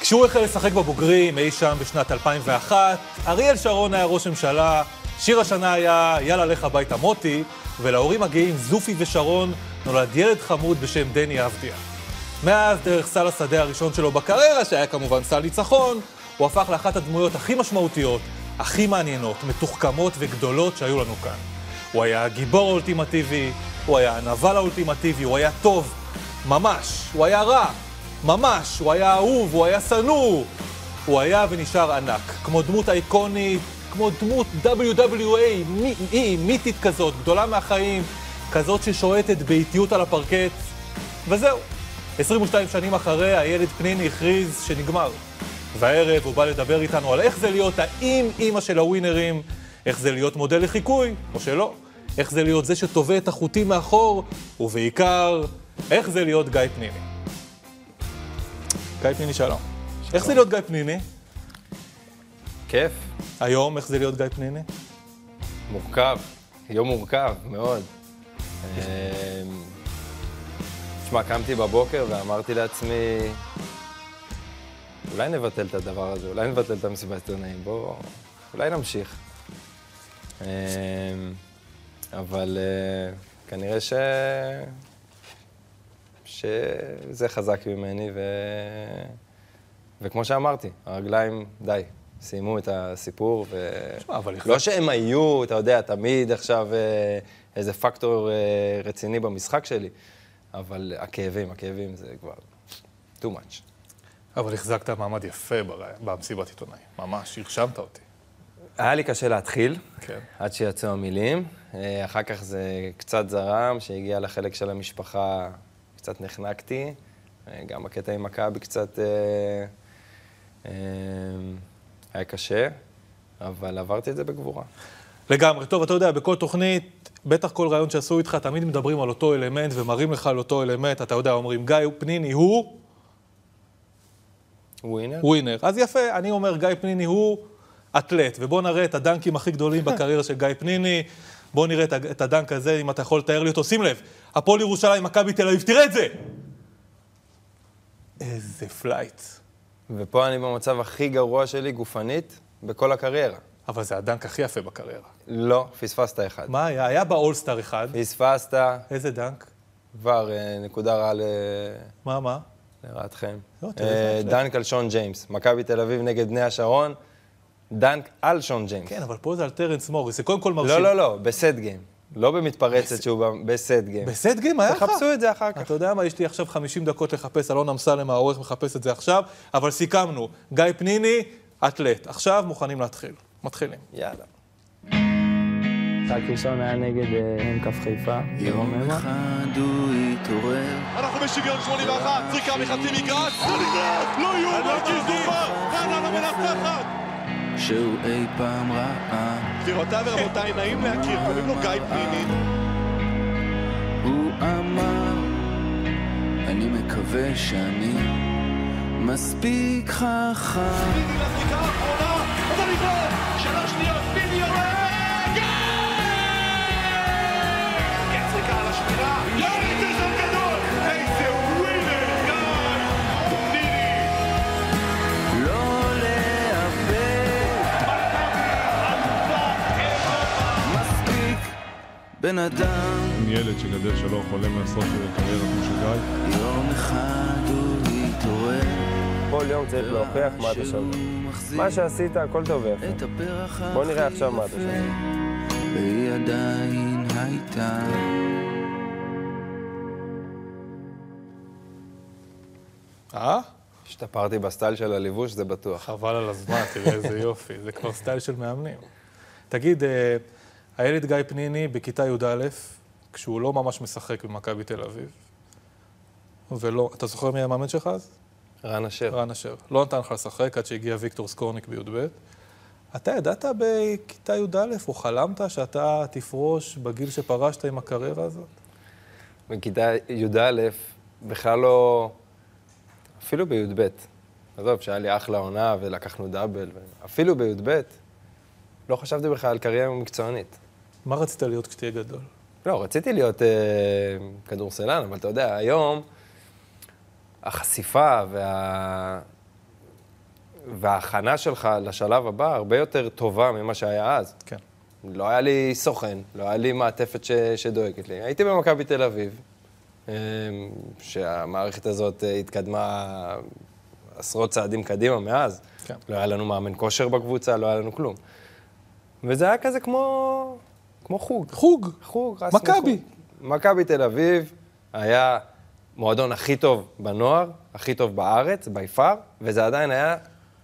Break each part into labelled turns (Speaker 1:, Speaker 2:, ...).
Speaker 1: כשהוא החל לשחק בבוגרים, אי שם בשנת 2001, אריאל שרון היה ראש ממשלה, שיר השנה היה "יאללה לך הביתה מוטי", ולהורים הגאים זופי ושרון נולד ילד חמוד בשם דני אבדיה. מאז, דרך סל השדה הראשון שלו בקריירה, שהיה כמובן סל ניצחון, הוא הפך לאחת הדמויות הכי משמעותיות, הכי מעניינות, מתוחכמות וגדולות שהיו לנו כאן. הוא היה הגיבור האולטימטיבי, הוא היה הנבל האולטימטיבי, הוא היה טוב, ממש, הוא היה רע, ממש, הוא היה אהוב, הוא היה שנוא, הוא היה ונשאר ענק, כמו דמות אייקונית, כמו דמות WWA, מי- אי, מיתית כזאת, גדולה מהחיים, כזאת ששועטת באיטיות על הפרקט, וזהו. 22 שנים אחרי, הילד פניני הכריז שנגמר. והערב הוא בא לדבר איתנו על איך זה להיות האם-אימא של הווינרים, איך זה להיות מודל לחיקוי, או שלא, איך זה להיות זה שתובע את החוטים מאחור, ובעיקר, איך זה להיות גיא פניני. גיא פניני, שלום. איך זה להיות גיא פניני?
Speaker 2: כיף,
Speaker 1: היום, איך זה להיות גיא פניני?
Speaker 2: מורכב, יום מורכב מאוד. אמ, תשמע, קמתי בבוקר ואמרתי לעצמי, אולי נבטל את הדבר הזה, אולי נבטל את המסיבת עיתונאים, בוא, אולי נמשיך. אמ, אבל אה, כנראה ש... שזה חזק ממני, ו... וכמו שאמרתי, הרגליים, די, סיימו את הסיפור, ו...
Speaker 1: תשמע, אבל
Speaker 2: לא
Speaker 1: החזקת-
Speaker 2: שהם היו, אתה יודע, תמיד עכשיו אה, איזה פקטור אה, רציני במשחק שלי, אבל הכאבים, הכאבים זה כבר too much.
Speaker 1: אבל החזקת מעמד יפה בר- במסיבת עיתונאים. ממש, הרשמת אותי.
Speaker 2: היה לי קשה להתחיל,
Speaker 1: כן.
Speaker 2: עד שיצאו המילים. אה, אחר כך זה קצת זרם, שהגיע לחלק של המשפחה, קצת נחנקתי. אה, גם בקטע עם מכבי קצת אה, אה, היה קשה, אבל עברתי את זה בגבורה.
Speaker 1: לגמרי. טוב, אתה יודע, בכל תוכנית, בטח כל רעיון שעשו איתך, תמיד מדברים על אותו אלמנט ומראים לך על אותו אלמנט. אתה יודע, אומרים, גיא פניני הוא
Speaker 2: ווינר?
Speaker 1: ווינר. אז יפה, אני אומר, גיא פניני הוא אתלט. ובוא נראה את הדנקים הכי גדולים בקריירה של גיא פניני. בוא נראה את ה- את הדנק הזה, אם אתה יכול לתאר לי אותו. שים לב, הפועל ירושלים, מכבי תל אביב, תראה את זה! איזה פלייט.
Speaker 2: ופה אני במצב הכי גרוע שלי גופנית בכל הקריירה.
Speaker 1: אבל זה הדנק הכי יפה בקריירה.
Speaker 2: לא, פספסת אחד.
Speaker 1: מה היה? היה באולסטאר אחד.
Speaker 2: פספסת,
Speaker 1: איזה דנק?
Speaker 2: כבר אה, נקודה רעה ל-
Speaker 1: מה, מה?
Speaker 2: לרעתכם.
Speaker 1: לא, תראה,
Speaker 2: אה,
Speaker 1: זה בהחלט.
Speaker 2: דנק על שון ג'יימס, מכבי תל אביב נגד בני השרון, דנק על שון ג'יימס.
Speaker 1: כן, אבל פה זה על טרנס מוריס, זה קודם כל מרשים.
Speaker 2: לא, לא, לא, בסט גיים. לא במתפרצת שהוא ב- בסט גיים.
Speaker 1: בסט גיים היה לך?
Speaker 2: תחפשו את זה אחר כך.
Speaker 1: אתה יודע מה, יש לי עכשיו 50 דקות לחפש, אלון אמסלם העורך מחפש את זה עכשיו, אבל סיכמנו, גיא פניני, אתלט. עכשיו מוכנים להתחיל. מתחילים.
Speaker 2: יאללה.
Speaker 3: משחק ראשון היה נגד אה, עם כף חיפה,
Speaker 4: יום
Speaker 3: ברוממה.
Speaker 4: אחד הוא התעורר,
Speaker 5: אנחנו בשוויון 81, זריקה מחצי מגרש, לא נגמרת, לא יאומן, כזופה, חנה לא מנצחת.
Speaker 4: שהוא אי פעם ראה,
Speaker 5: גבירותיי ורבותיי, נעים להכיר, קוראים לו גיא פניני.
Speaker 4: הוא אמר, אני מקווה שאני מספיק חכם.
Speaker 5: פניני לזריקה האחרונה, אתה נגמר, שלוש שניות, פניני יורה, גול! כן, זריקה על השמירה, לא יורי גזר גדול, איזה ווינר, גיא פניני.
Speaker 4: לא לאבד. מספיק בן אדם,
Speaker 6: אני ילד שגדל שלא חולם לעשות קריירה כמו של גיא.
Speaker 4: יום אחד הוא התעורר.
Speaker 2: כל יום צריך להוכיח מה אתה
Speaker 4: שהוא
Speaker 2: שווה.
Speaker 4: מחזיק
Speaker 2: מה שעשית, הכל טוב ויפה.
Speaker 4: את הפרח
Speaker 2: בוא נראה
Speaker 4: הכי
Speaker 2: עכשיו מה אתה
Speaker 4: יפה,
Speaker 2: שווה.
Speaker 4: והיא עדיין הייתה.
Speaker 1: אה?
Speaker 2: השתפרתי בסטייל של הלבוש, זה בטוח.
Speaker 1: חבל על הזמן, תראה איזה יופי. זה כבר סטייל של מאמנים. תגיד, אה, הילד גיא פניני בכיתה י"א, כשהוא לא ממש משחק במכבי תל אביב, ולא, אתה זוכר מי המאמן שלך אז?
Speaker 2: רן אשר.
Speaker 1: רן אשר. לא נתן לך לשחק עד שהגיע ויקטור סקורניק בי"ב. אתה ידעת בכיתה י"א, או חלמת שאתה תפרוש בגיל שפרשת עם הקריירה הזאת?
Speaker 2: בכיתה י"א, בכלל לא... אפילו בי"ב. עזוב, שהיה לי אחלה עונה ולקחנו דאבל. ו- אפילו בי"ב, לא חשבתי בכלל על קריירה מקצוענית.
Speaker 1: מה רצית להיות כשתהיה גדול?
Speaker 2: לא, רציתי להיות אה, כדורסלן, אבל אתה יודע, היום החשיפה וה... וההכנה שלך לשלב הבא הרבה יותר טובה ממה שהיה אז.
Speaker 1: כן.
Speaker 2: לא היה לי סוכן, לא היה לי מעטפת ש, שדואגת לי. הייתי במכבי תל אביב, אמ, שהמערכת הזאת אה, התקדמה עשרות צעדים קדימה מאז.
Speaker 1: כן.
Speaker 2: לא היה לנו מאמן כושר בקבוצה, לא היה לנו כלום. וזה היה כזה כמו, כמו חוג.
Speaker 1: חוג.
Speaker 2: חוג, רסמי
Speaker 1: מכבי.
Speaker 2: חוג. מכבי תל אביב היה מועדון הכי טוב בנוער, הכי טוב בארץ, by far, וזה עדיין היה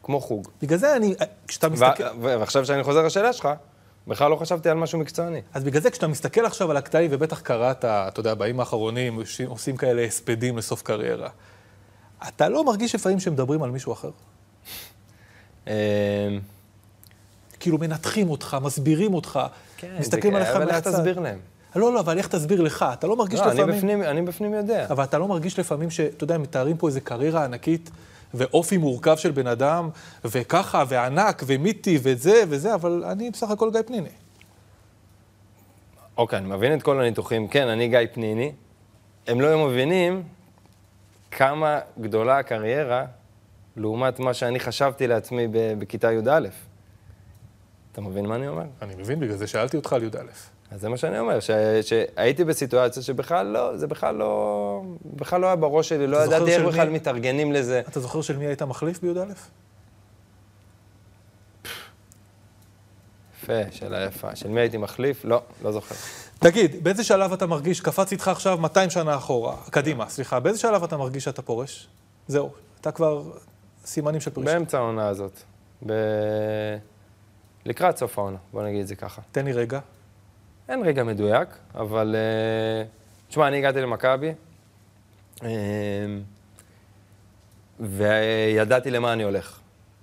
Speaker 2: כמו חוג.
Speaker 1: בגלל זה אני, כשאתה מסתכל...
Speaker 2: ו- ו- ועכשיו שאני חוזר לשאלה שלך, בכלל לא חשבתי על משהו מקצועני.
Speaker 1: אז בגלל זה כשאתה מסתכל עכשיו על הקטעים, ובטח קראת, אתה יודע, בימים האחרונים עושים- עושים כאלה הספדים לסוף קריירה, אתה לא מרגיש לפעמים שמדברים על מישהו אחר?
Speaker 2: אמ,
Speaker 1: כאילו מנתחים אותך, מסבירים אותך,
Speaker 2: כן,
Speaker 1: מסתכלים
Speaker 2: זה-
Speaker 1: עליך
Speaker 2: אבל
Speaker 1: מהצד.
Speaker 2: איך תסביר להם?
Speaker 1: לא, לא, אבל איך תסביר לך? אתה לא מרגיש
Speaker 2: לא, אני
Speaker 1: לפעמים...
Speaker 2: בפנים, אני בפנים יודע.
Speaker 1: אבל אתה לא מרגיש לפעמים ש... אתה יודע, הם מתארים פה איזו קריירה ענקית, ואופי מורכב של בן אדם, וככה, וענק, ומיתי, וזה, וזה, אבל אני בסך הכל גיא פניני.
Speaker 2: אוקיי, אני מבין את כל הניתוחים. כן, אני גיא פניני. הם לא היו מבינים כמה גדולה הקריירה לעומת מה שאני חשבתי לעצמי ב- בכיתה י"א. אתה מבין מה אני אומר?
Speaker 1: אני מבין, בגלל זה שאלתי אותך על י"א.
Speaker 2: אז זה מה שאני אומר, ש... שהייתי בסיטואציה שבכלל לא, זה בכלל לא, בכלל לא היה בראש שלי, לא
Speaker 1: אתה זוכר
Speaker 2: ידעתי איך
Speaker 1: של
Speaker 2: בכלל
Speaker 1: מי?
Speaker 2: מתארגנים לזה.
Speaker 1: אתה זוכר של מי היית מחליף בי"א?
Speaker 2: יפה, שאלה יפה. של מי הייתי מחליף? לא, לא זוכר.
Speaker 1: תגיד, באיזה שלב אתה מרגיש, קפץ איתך עכשיו 200 שנה אחורה, קדימה, סליחה, באיזה שלב אתה מרגיש שאתה פורש? זהו, אתה כבר סימנים של פרישה.
Speaker 2: באמצע העונה הזאת. ב... לקראת סוף העונה, בוא נגיד את זה ככה.
Speaker 1: תן לי רגע.
Speaker 2: אין רגע מדויק, אבל... אה, תשמע, אני הגעתי למכבי, אה, וידעתי למה אני הולך.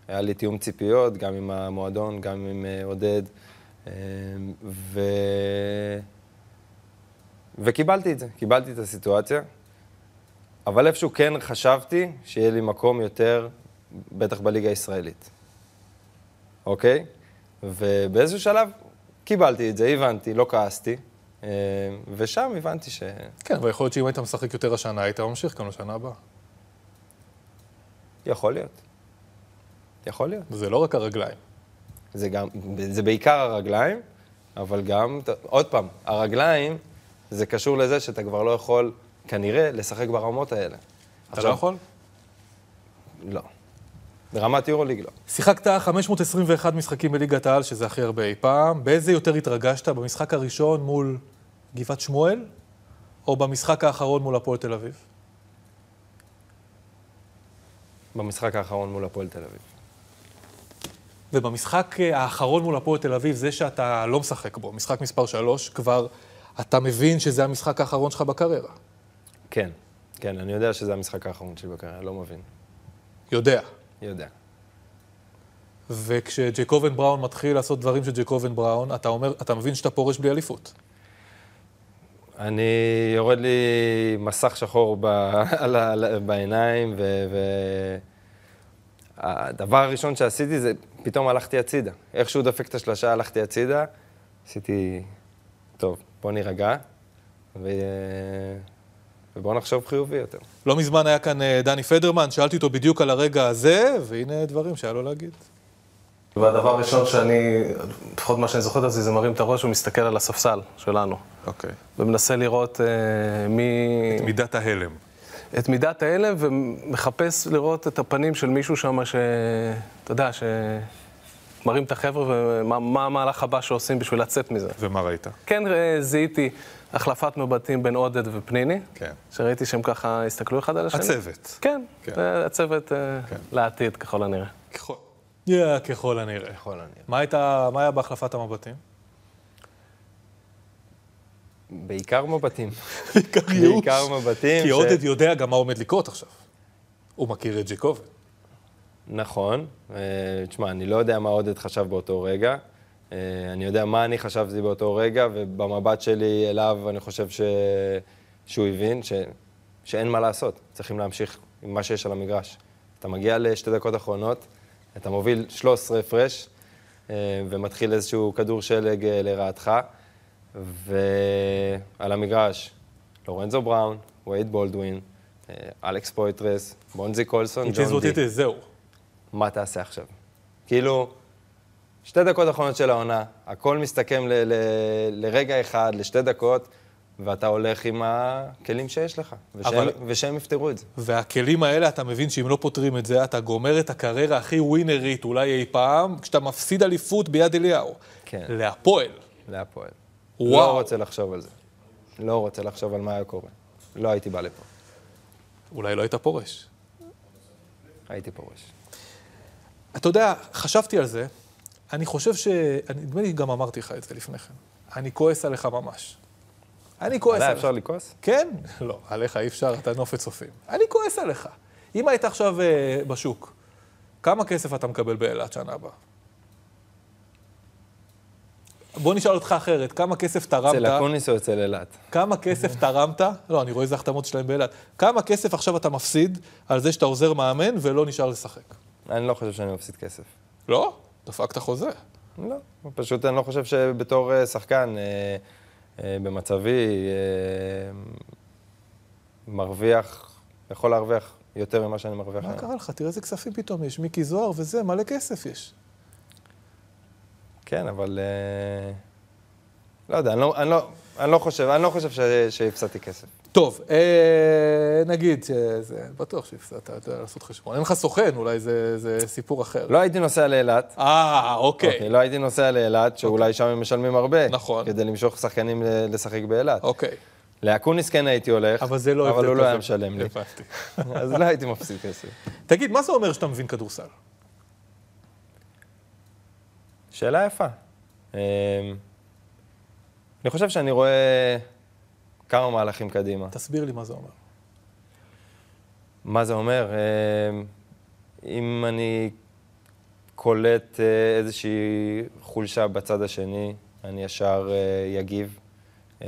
Speaker 2: היה לי תיאום ציפיות, גם עם המועדון, גם עם אה, עודד, אה, ו... וקיבלתי את זה, קיבלתי את הסיטואציה. אבל איפשהו כן חשבתי שיהיה לי מקום יותר, בטח בליגה הישראלית. אוקיי? ובאיזשהו שלב קיבלתי את זה, הבנתי, לא כעסתי. אה, ושם הבנתי ש...
Speaker 1: כן, אבל יכול להיות שאם היית משחק יותר השנה, היית ממשיך גם לשנה הבאה.
Speaker 2: יכול להיות. יכול להיות.
Speaker 1: זה לא רק הרגליים.
Speaker 2: זה גם, זה בעיקר הרגליים, אבל גם, עוד פעם, הרגליים, זה קשור לזה שאתה כבר לא יכול, כנראה, לשחק ברמות האלה.
Speaker 1: אתה לא יכול?
Speaker 2: לא. ברמת יורוליג לא.
Speaker 1: שיחקת 521 משחקים בליגת העל, שזה הכי הרבה אי פעם. באיזה יותר התרגשת? במשחק הראשון מול גבעת שמואל, או במשחק האחרון מול הפועל תל אביב?
Speaker 2: במשחק האחרון מול הפועל תל אביב.
Speaker 1: ובמשחק אה, האחרון מול הפועל תל אביב, זה שאתה לא משחק בו, משחק מספר 3, כבר אתה מבין שזה המשחק האחרון שלך בקריירה.
Speaker 2: כן. כן, אני יודע שזה המשחק האחרון שלי בקריירה, לא מבין.
Speaker 1: יודע.
Speaker 2: יודע.
Speaker 1: וכשג'קובן בראון מתחיל לעשות דברים של ג'קובן בראון, אתה אומר, אתה מבין שאתה פורש בלי אליפות.
Speaker 2: אני, יורד לי מסך שחור ב, על, ה- על, ה- בעיניים, ו... ו... הדבר הראשון שעשיתי זה, פתאום הלכתי הצידה. איך שהוא דפק את השלשה, הלכתי הצידה, עשיתי, טוב, בוא נירגע, ו... ובוא נחשוב חיובי יותר.
Speaker 1: לא מזמן היה כאן אה, דני פדרמן, שאלתי אותו בדיוק על הרגע הזה, והנה דברים שהיה לו להגיד.
Speaker 7: והדבר הראשון שאני, לפחות מה שאני זוכר את עצמי, זה מרים את הראש ומסתכל על הספסל שלנו.
Speaker 1: אוקיי.
Speaker 7: ומנסה לראות אה, מי...
Speaker 1: מידת ההלם.
Speaker 7: את מידת ההלם, ומחפש לראות את הפנים של מישהו שם ש... אתה יודע, ש... מרים את החבר'ה ומה מה המהלך הבא שעושים בשביל לצאת מזה.
Speaker 1: ומה ראית?
Speaker 7: כן אה, זיהיתי החלפת מבטים בין עודד ופניני,
Speaker 1: כן.
Speaker 7: שראיתי שהם ככה הסתכלו אחד על השני.
Speaker 1: הצוות.
Speaker 7: כן,
Speaker 1: כן.
Speaker 7: זה הצוות אה, לעתיד ככל הנראה.
Speaker 1: ככל. יא, ככל הנראה.
Speaker 2: ככל הנראה.
Speaker 1: מה הייתה, מה היה בהחלפת המבטים?
Speaker 2: בעיקר מבטים.
Speaker 1: בעיקר
Speaker 2: בעיקר מבטים.
Speaker 1: כי
Speaker 2: ש-
Speaker 1: עודד יודע גם מה עומד לקרות עכשיו. הוא מכיר את ג'קובן.
Speaker 2: נכון. אה, תשמע, אני לא יודע מה עודד חשב באותו רגע. אה, אני יודע מה אני חשבתי באותו רגע, ובמבט שלי אליו אני חושב ש... שהוא הבין ש... שאין מה לעשות, צריכים להמשיך עם מה שיש על המגרש. אתה מגיע לשתי דקות אחרונות, אתה מוביל 13 הפרש, אה, ומתחיל איזשהו כדור שלג אה, לרעתך, ועל המגרש, לורנזו בראון, וייד בולדווין, אה, אלכס פויטרס, בונזי קולסון,
Speaker 1: It is
Speaker 2: ג'ון
Speaker 1: what
Speaker 2: די.
Speaker 1: it is, זהו.
Speaker 2: מה תעשה עכשיו? כאילו, שתי דקות אחרונות של העונה, הכל מסתכם ל- ל- לרגע אחד, לשתי דקות, ואתה הולך עם הכלים שיש לך, ושהם,
Speaker 1: אבל-
Speaker 2: ושהם יפתרו את זה.
Speaker 1: והכלים האלה, אתה מבין שאם לא פותרים את זה, אתה גומר את הקריירה הכי ווינרית אולי אי פעם, כשאתה מפסיד אליפות ביד אליהו.
Speaker 2: כן.
Speaker 1: להפועל.
Speaker 2: להפועל.
Speaker 1: וואו.
Speaker 2: לא רוצה לחשוב על זה. לא רוצה לחשוב על מה היה קורה. לא הייתי בא לפה.
Speaker 1: אולי לא היית פורש.
Speaker 2: הייתי פורש.
Speaker 1: אתה יודע, חשבתי על זה, אני חושב ש... אני- נדמה לי גם אמרתי לך את זה לפני כן. אני כועס עליך ממש. אני כועס
Speaker 2: עליי
Speaker 1: עליך.
Speaker 2: אפשר לכעוס?
Speaker 1: כן? לא, עליך אי אפשר, אתה נופת צופים. אני כועס עליך. אם היית עכשיו אה, בשוק, כמה כסף אתה מקבל באילת שנה הבאה? בוא נשאל אותך אחרת, כמה כסף
Speaker 2: אצל
Speaker 1: תרמת?
Speaker 2: אקוניס או אצל אילת?
Speaker 1: כמה כסף תרמת? לא, אני רואה איזה החתמות שלהם באילת. כמה כסף עכשיו אתה מפסיד על זה שאתה עוזר מאמן ולא נשאר לשחק?
Speaker 2: אני לא חושב שאני מפסיד כסף.
Speaker 1: לא? דפקת חוזה.
Speaker 2: לא. פשוט אני לא חושב שבתור אה, שחקן, אה, אה, במצבי, אה, מרוויח, יכול להרוויח יותר ממה שאני מרוויח.
Speaker 1: מה
Speaker 2: היום.
Speaker 1: קרה לך? תראה איזה כספים פתאום יש. מיקי זוהר וזה, מלא כסף יש.
Speaker 2: כן, אבל... אה, לא יודע, אני לא- אני לא- אני לא חושב, אני לא חושב ש- שהפסדתי כסף.
Speaker 1: טוב, אה, נגיד שזה, בטוח שהפסדת, אתה יודע לעשות חשבון. אין לך סוכן, אולי זה, זה סיפור אחר.
Speaker 2: לא הייתי נוסע לאילת.
Speaker 1: אה, אוקיי.
Speaker 2: אוקיי, לא הייתי נוסע לאילת, שאולי שם הם משלמים הרבה.
Speaker 1: נכון.
Speaker 2: כדי למשוך שחקנים ל- לשחק באילת.
Speaker 1: אוקיי.
Speaker 2: לאקוניס כן הייתי הולך,
Speaker 1: אבל זה לא
Speaker 2: אבל הוא
Speaker 1: הבדל
Speaker 2: לא היה
Speaker 1: כזה.
Speaker 2: משלם לי.
Speaker 1: הבנתי.
Speaker 2: אז לא הייתי מפסיד כסף.
Speaker 1: תגיד, מה זה אומר שאתה מבין כדורסל?
Speaker 2: שאלה יפה. אמ, אני חושב שאני רואה כמה מהלכים קדימה.
Speaker 1: תסביר לי מה זה אומר.
Speaker 2: מה זה אומר? אמ, אם אני קולט אה, איזושהי חולשה בצד השני, אני ישר אה, יגיב. אמ,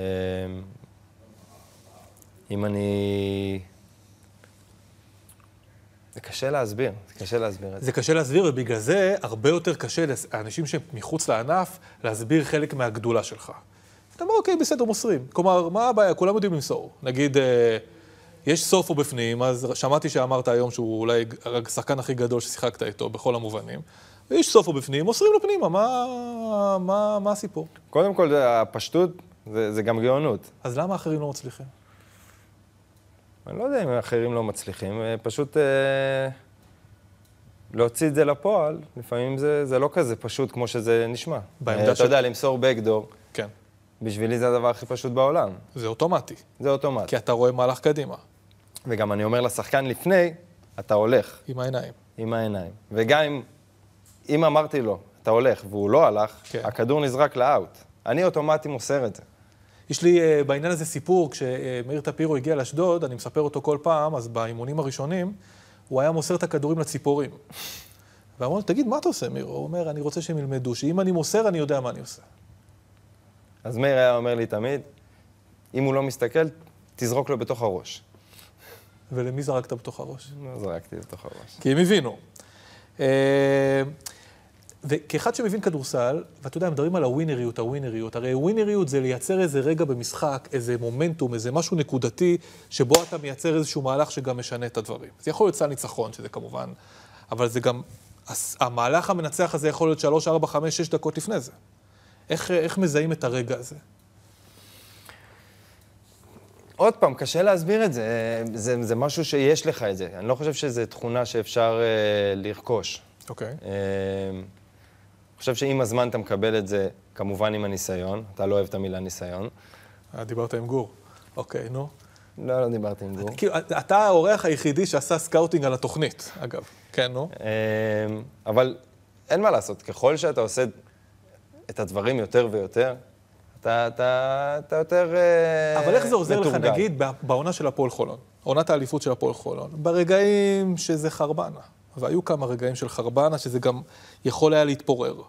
Speaker 2: אם אני... זה קשה להסביר, זה קשה להסביר את זה.
Speaker 1: זה קשה להסביר, ובגלל זה הרבה יותר קשה לאנשים שהם מחוץ לענף להסביר חלק מהגדולה שלך. אתה אומר, אוקיי, בסדר, מוסרים. כלומר, מה הבעיה? כולם יודעים למסור. נגיד, אה, יש סופו בפנים, אז שמעתי שאמרת היום שהוא אולי השחקן הכי גדול ששיחקת איתו בכל המובנים. יש סופו בפנים, מוסרים לו פנימה, מה, מה, מה הסיפור?
Speaker 2: קודם כל, זה- הפשטות זה, זה גם גאונות.
Speaker 1: אז למה אחרים לא מצליחים?
Speaker 2: אני לא יודע אם אחרים לא מצליחים, אה, פשוט אה, להוציא את זה לפועל, לפעמים זה, זה לא כזה פשוט כמו שזה נשמע.
Speaker 1: בעמדה
Speaker 2: אה,
Speaker 1: ש-
Speaker 2: אתה יודע, למסור בקדור,
Speaker 1: כן,
Speaker 2: בשבילי זה הדבר הכי פשוט בעולם,
Speaker 1: זה אוטומטי,
Speaker 2: זה אוטומט.
Speaker 1: כי אתה רואה מהלך קדימה,
Speaker 2: וגם אני אומר לשחקן לפני, אתה הולך
Speaker 1: עם העיניים.
Speaker 2: עם העיניים. וגם אם, אם אמרתי לו, אתה הולך, והוא לא הלך,
Speaker 1: כן.
Speaker 2: הכדור נזרק לאאוט. אני אוטומטי מוסר את זה.
Speaker 1: יש לי אה, בעניין הזה סיפור, כשמאיר טפירו הגיע לאשדוד, אני מספר אותו כל פעם, אז באימונים הראשונים, הוא היה מוסר את הכדורים לציפורים. ואמרו לו, תגיד, מה אתה עושה, מאיר? הוא אומר, אני רוצה שהם ילמדו, שאם אני מוסר, אני יודע מה אני עושה.
Speaker 2: אז מאיר היה אומר לי תמיד, אם הוא לא מסתכל, תזרוק לו בתוך הראש.
Speaker 1: ולמי זרקת בתוך הראש?
Speaker 2: לא זרקתי בתוך הראש.
Speaker 1: כי הם הבינו. אה, וכאחד שמבין כדורסל, ואתה יודע, מדברים על הווינריות, הווינריות. הרי ווינריות זה לייצר איזה רגע במשחק, איזה מומנטום, איזה משהו נקודתי, שבו אתה מייצר איזשהו מהלך שגם משנה את הדברים. זה יכול להיות סל ניצחון, שזה כמובן, אבל זה גם, הס- המהלך המנצח הזה יכול להיות 3, 4, 5, 6 דקות לפני זה. איך, איך מזהים את הרגע הזה?
Speaker 2: עוד פעם, קשה להסביר את זה. זה, זה משהו שיש לך את זה. אני לא חושב שזו תכונה שאפשר אה, לרכוש.
Speaker 1: אוקיי.
Speaker 2: אה, אני חושב שעם הזמן אתה מקבל את זה, כמובן עם הניסיון. אתה לא אוהב את המילה ניסיון.
Speaker 1: אה, דיברת עם גור. אוקיי, נו.
Speaker 2: לא, לא דיברתי עם גור.
Speaker 1: כאילו, אתה האורח היחידי שעשה סקאוטינג על התוכנית, אגב. כן, נו.
Speaker 2: אה, אבל אין מה לעשות, ככל שאתה עושה את הדברים יותר ויותר, אתה, אתה, אתה יותר אה,
Speaker 1: אבל איך זה עוזר לך,
Speaker 2: מתורגל.
Speaker 1: נגיד, בע- בעונה של הפועל חולון, עונת האליפות של הפועל חולון, ברגעים שזה חרבנה, והיו כמה רגעים של חרבנה שזה גם יכול היה להתפורר.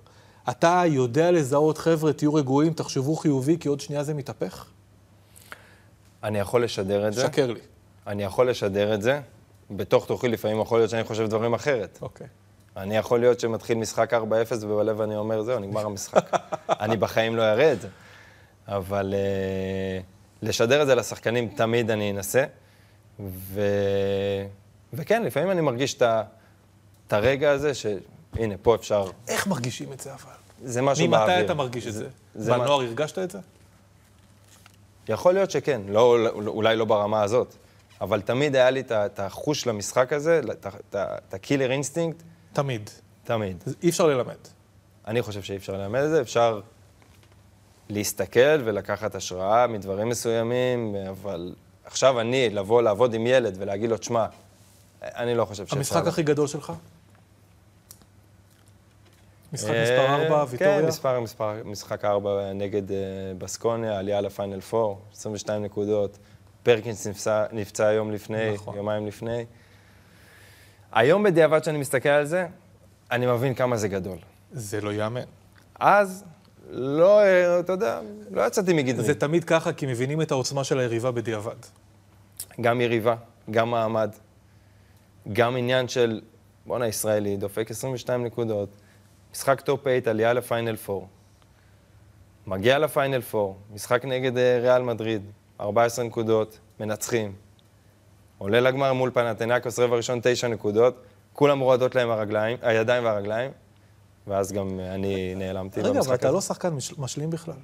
Speaker 1: אתה יודע לזהות, חבר'ה, תהיו רגועים, תחשבו חיובי, כי עוד שנייה זה מתהפך?
Speaker 2: אני יכול לשדר את זה.
Speaker 1: שקר לי.
Speaker 2: אני יכול לשדר את זה. בתוך תוכי לפעמים יכול להיות שאני חושב דברים אחרת.
Speaker 1: אוקיי.
Speaker 2: אני יכול להיות שמתחיל משחק 4-0 ובלב אני אומר, זהו, נגמר המשחק. אני בחיים לא אראה את זה. אבל אה, לשדר את זה לשחקנים תמיד אני אנסה. ו... וכן, לפעמים אני מרגיש את ה- את את הרגע הזה, שהנה, פה אפשר...
Speaker 1: איך מרגישים את זה אבל?
Speaker 2: זה משהו באוויר.
Speaker 1: ממתי אתה מרגיש את זה?
Speaker 2: זה מה-
Speaker 1: בנוער הרגשת את זה?
Speaker 2: יכול להיות שכן, לא, אולי לא ברמה הזאת, אבל תמיד היה לי את ה- את החוש למשחק הזה, את ה- את ה- את הקילר אינסטינקט,
Speaker 1: תמיד.
Speaker 2: תמיד.
Speaker 1: אז אי אפשר ללמד.
Speaker 2: אני חושב שאי אפשר ללמד את זה, אפשר להסתכל ולקחת השראה מדברים מסוימים, אבל עכשיו אני, לבוא לעבוד עם ילד ולהגיד לו, תשמע, אני לא חושב שאפשר...
Speaker 1: המשחק הכי גדול שלך? משחק
Speaker 2: אה,
Speaker 1: מספר 4,
Speaker 2: כן,
Speaker 1: ויטוריה?
Speaker 2: מספר, מספר, משחק 4 נגד אה, בסקוניה, עלייה לפיינל 4, 22 נקודות. פרקינס נפצע, נפצע יום לפני,
Speaker 1: נכון.
Speaker 2: נכון. יומיים לפני. היום בדיעבד שאני מסתכל על זה, אני מבין כמה זה גדול.
Speaker 1: זה לא ייאמן.
Speaker 2: אז, לא, אה, אתה יודע, לא יצאתי מגדרי.
Speaker 1: זה תמיד ככה, כי מבינים את העוצמה של היריבה בדיעבד.
Speaker 2: גם יריבה, גם מעמד, גם עניין של, בואנה, ישראלי, דופק 22 נקודות, משחק טופ 8, עלייה לפיינל 4. מגיע לפיינל 4, משחק נגד אה, ריאל מדריד, 14 נקודות, מנצחים. עולה לגמר מול פנתנקוס, רבע ראשון 9 נקודות, כולם רועדות להם הרגליים, הידיים והרגליים, ואז גם אה, אני נעלמתי
Speaker 1: רגע, אבל
Speaker 2: במשחק
Speaker 1: אתה
Speaker 2: הזה.
Speaker 1: לא שחקן מש- משלים בכלל.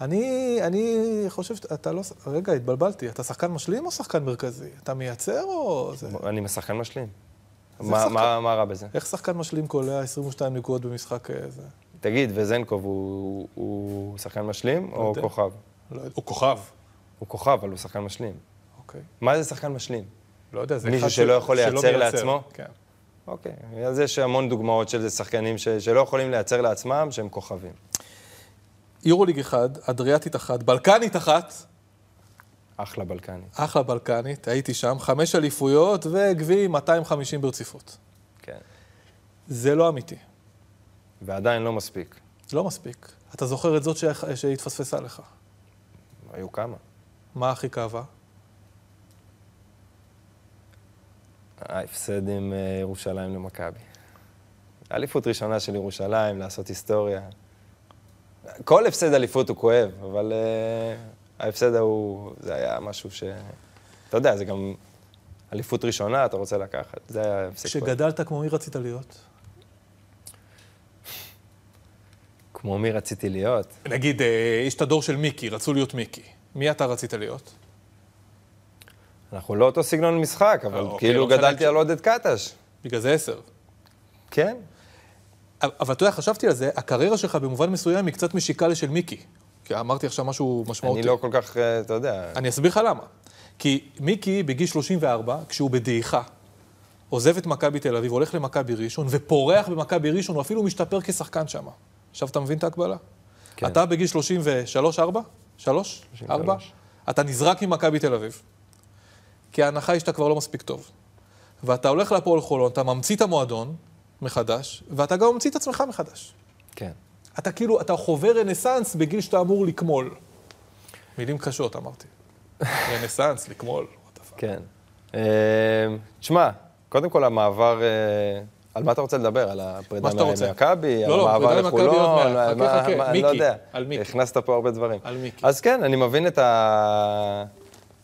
Speaker 1: אני, אני חושב שאתה לא... ש- רגע, התבלבלתי. אתה שחקן משלים או שחקן מרכזי? אתה מייצר או... זה?
Speaker 2: אני שחקן משלים.
Speaker 1: לא זה
Speaker 2: מה-
Speaker 1: שחקן.
Speaker 2: מה מה רע בזה?
Speaker 1: איך שחקן משלים קולע 22 נקודות במשחק אה, זה?
Speaker 2: תגיד, וזנקוב הוא, הוא שחקן משלים או
Speaker 1: יודע.
Speaker 2: כוכב?
Speaker 1: לא יודע. הוא כוכב.
Speaker 2: הוא כוכב, אבל הוא שחקן משלים.
Speaker 1: אוקיי.
Speaker 2: מה זה שחקן משלים?
Speaker 1: לא יודע, זה
Speaker 2: מישהו
Speaker 1: אחד ש-
Speaker 2: שלא יכול
Speaker 1: שלא
Speaker 2: לייצר
Speaker 1: מייצר.
Speaker 2: לעצמו?
Speaker 1: כן.
Speaker 2: אוקיי, אז יש המון דוגמאות של שחקנים ש, שלא יכולים לייצר לעצמם שהם כוכבים.
Speaker 1: יורוליג 1, אדריאטית 1, בלקנית 1,
Speaker 2: אחלה בלקני.
Speaker 1: אחלה בלקנית, הייתי שם, חמש אליפויות וגביעים 250 ברציפות.
Speaker 2: כן.
Speaker 1: זה לא אמיתי,
Speaker 2: ועדיין לא מספיק.
Speaker 1: זה לא מספיק. אתה זוכר את זאת שה- שהתפספסה לך.
Speaker 2: היו כמה.
Speaker 1: מה הכי כאבה?
Speaker 2: ההפסד עם אה, ירושלים למכבי. אליפות ראשונה של ירושלים, לעשות היסטוריה. כל הפסד אליפות הוא כואב, אבל אה, ההפסד ההוא, זה היה משהו ש... אתה יודע, זה גם אליפות ראשונה, אתה רוצה לקחת. זה היה הפסד כואב.
Speaker 1: כשגדלת כמו מי רצית להיות?
Speaker 2: כמו מי רציתי להיות.
Speaker 1: נגיד, אה, יש את הדור של מיקי, רצו להיות מיקי. מי אתה רצית להיות?
Speaker 2: אנחנו לא אותו סגנון משחק, אבל
Speaker 1: אוקיי,
Speaker 2: כאילו
Speaker 1: לא משנה
Speaker 2: גדלתי
Speaker 1: כש-
Speaker 2: על עודד קטש.
Speaker 1: בגלל זה עשר.
Speaker 2: כן.
Speaker 1: אבל אבל אתה יודע, חשבתי על זה, הקריירה שלך במובן מסוים היא קצת משיקה לשל מיקי. כי אמרתי עכשיו משהו משמעותי.
Speaker 2: אני לא כל כך, אה, אתה יודע,
Speaker 1: אוקיי. אני אסביר לך למה. כי מיקי בגיל 34, כשהוא בדעיכה, עוזב את מכבי תל אביב, הולך למכבי ראשון, ופורח במכבי ראשון, הוא אפילו משתפר כשחקן שם. עכשיו אתה מבין את ההקבלה?
Speaker 2: כן.
Speaker 1: אתה בגיל 33, 4? 3? 4? אתה נזרק ממכבי תל אביב. כי ההנחה היא שאתה כבר לא מספיק טוב. ואתה הולך להפועל חולון, אתה ממציא את המועדון מחדש, ואתה גם ממציא את עצמך מחדש.
Speaker 2: כן.
Speaker 1: אתה כאילו, אתה חווה רנסאנס בגיל שאתה אמור לקמול. מילים קשות, אמרתי. רנסאנס, לקמול. what the fuck.
Speaker 2: כן. אה, תשמע, קודם כל המעבר, אה, על מה אתה רוצה לדבר? על
Speaker 1: מה
Speaker 2: הפרידה
Speaker 1: שאתה רוצה.
Speaker 2: ממכבי?
Speaker 1: לא,
Speaker 2: על
Speaker 1: לא, פרידה
Speaker 2: המעבר
Speaker 1: ממכבי עוד מעט.
Speaker 2: לחולון?
Speaker 1: חכה,
Speaker 2: על מה-
Speaker 1: חכה,
Speaker 2: מה- אני לא
Speaker 1: מיקי,
Speaker 2: יודע.
Speaker 1: על מיקי.
Speaker 2: הכנסת פה הרבה דברים.
Speaker 1: על מיקי.
Speaker 2: אז כן, אני מבין את, ה...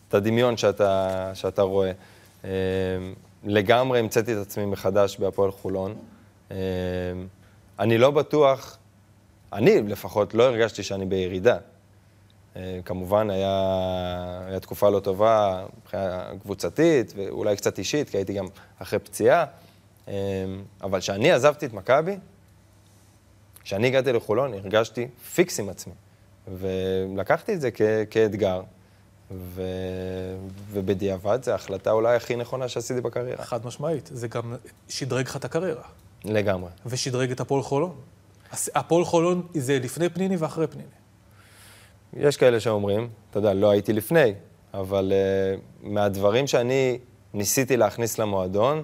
Speaker 2: את הדמיון שאתה, שאתה רואה. אה, לגמרי המצאתי את עצמי מחדש בהפועל חולון. אה, אני לא בטוח, אני לפחות לא הרגשתי שאני בירידה. אה, כמובן, היה, היה תקופה לא טובה מבחינה קבוצתית, ואולי קצת אישית, כי הייתי גם אחרי פציעה. אה, אבל כשאני עזבתי את מכבי, כשאני הגעתי לחולון, הרגשתי פיקס עם עצמי. ולקחתי את זה כ- כאתגר, ו... ובדיעבד זו ההחלטה אולי הכי נכונה שעשיתי בקריירה.
Speaker 1: חד משמעית, זה גם שדרג לך את הקריירה,
Speaker 2: לגמרי.
Speaker 1: ושדרג את הפועל חולון. הס- הפועל חולון זה לפני פניני ואחרי פניני.
Speaker 2: יש כאלה שאומרים, אתה יודע, לא הייתי לפני, אבל uh, מהדברים שאני ניסיתי להכניס למועדון,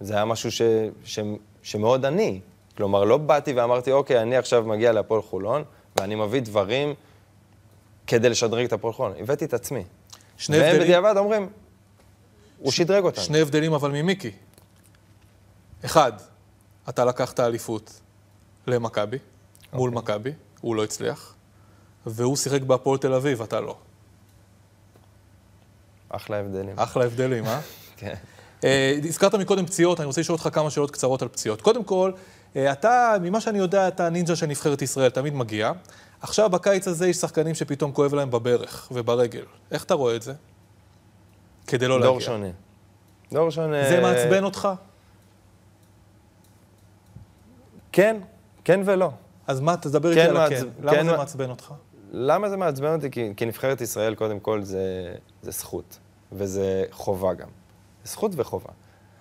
Speaker 2: זה היה משהו ש, ש, שמאוד אני. כלומר, לא באתי ואמרתי, אוקיי, אני עכשיו מגיע להפועל חולון, ואני מביא דברים כדי לשדרג את הפועל חולון. הבאתי את עצמי.
Speaker 1: שני
Speaker 2: והם
Speaker 1: הבדלים,
Speaker 2: בדיעבד אומרים, הוא שדרג אותנו.
Speaker 1: שני הבדלים אבל ממיקי. אחד, אתה לקחת אליפות למכבי, מול
Speaker 2: אוקיי.
Speaker 1: מכבי, הוא לא הצליח, והוא שיחק בהפועל תל אביב, אתה לא.
Speaker 2: אחלה הבדלים.
Speaker 1: אחלה הבדלים, אה?
Speaker 2: כן.
Speaker 1: אה, הזכרת מקודם פציעות, אני רוצה לשאול אותך כמה שאלות קצרות על פציעות. קודם כל, אה, אתה, ממה שאני יודע, אתה נינג'ה של נבחרת ישראל, תמיד מגיע. עכשיו, בקיץ הזה יש שחקנים שפתאום כואב להם בברך וברגל. איך אתה רואה את זה? כדי לא
Speaker 2: דור
Speaker 1: להגיע.
Speaker 2: שונה. דור שונה...
Speaker 1: זה מעצבן אותך?
Speaker 2: כן, כן ולא.
Speaker 1: אז מה, תדבר איתי
Speaker 2: כן
Speaker 1: על הכן.
Speaker 2: מעצב-
Speaker 1: למה
Speaker 2: כן
Speaker 1: זה
Speaker 2: מע-
Speaker 1: מעצבן אותך?
Speaker 2: למה זה מעצבן אותי? כי, כי נבחרת ישראל, קודם כל, זה, זה זכות, וזה חובה גם. זכות וחובה.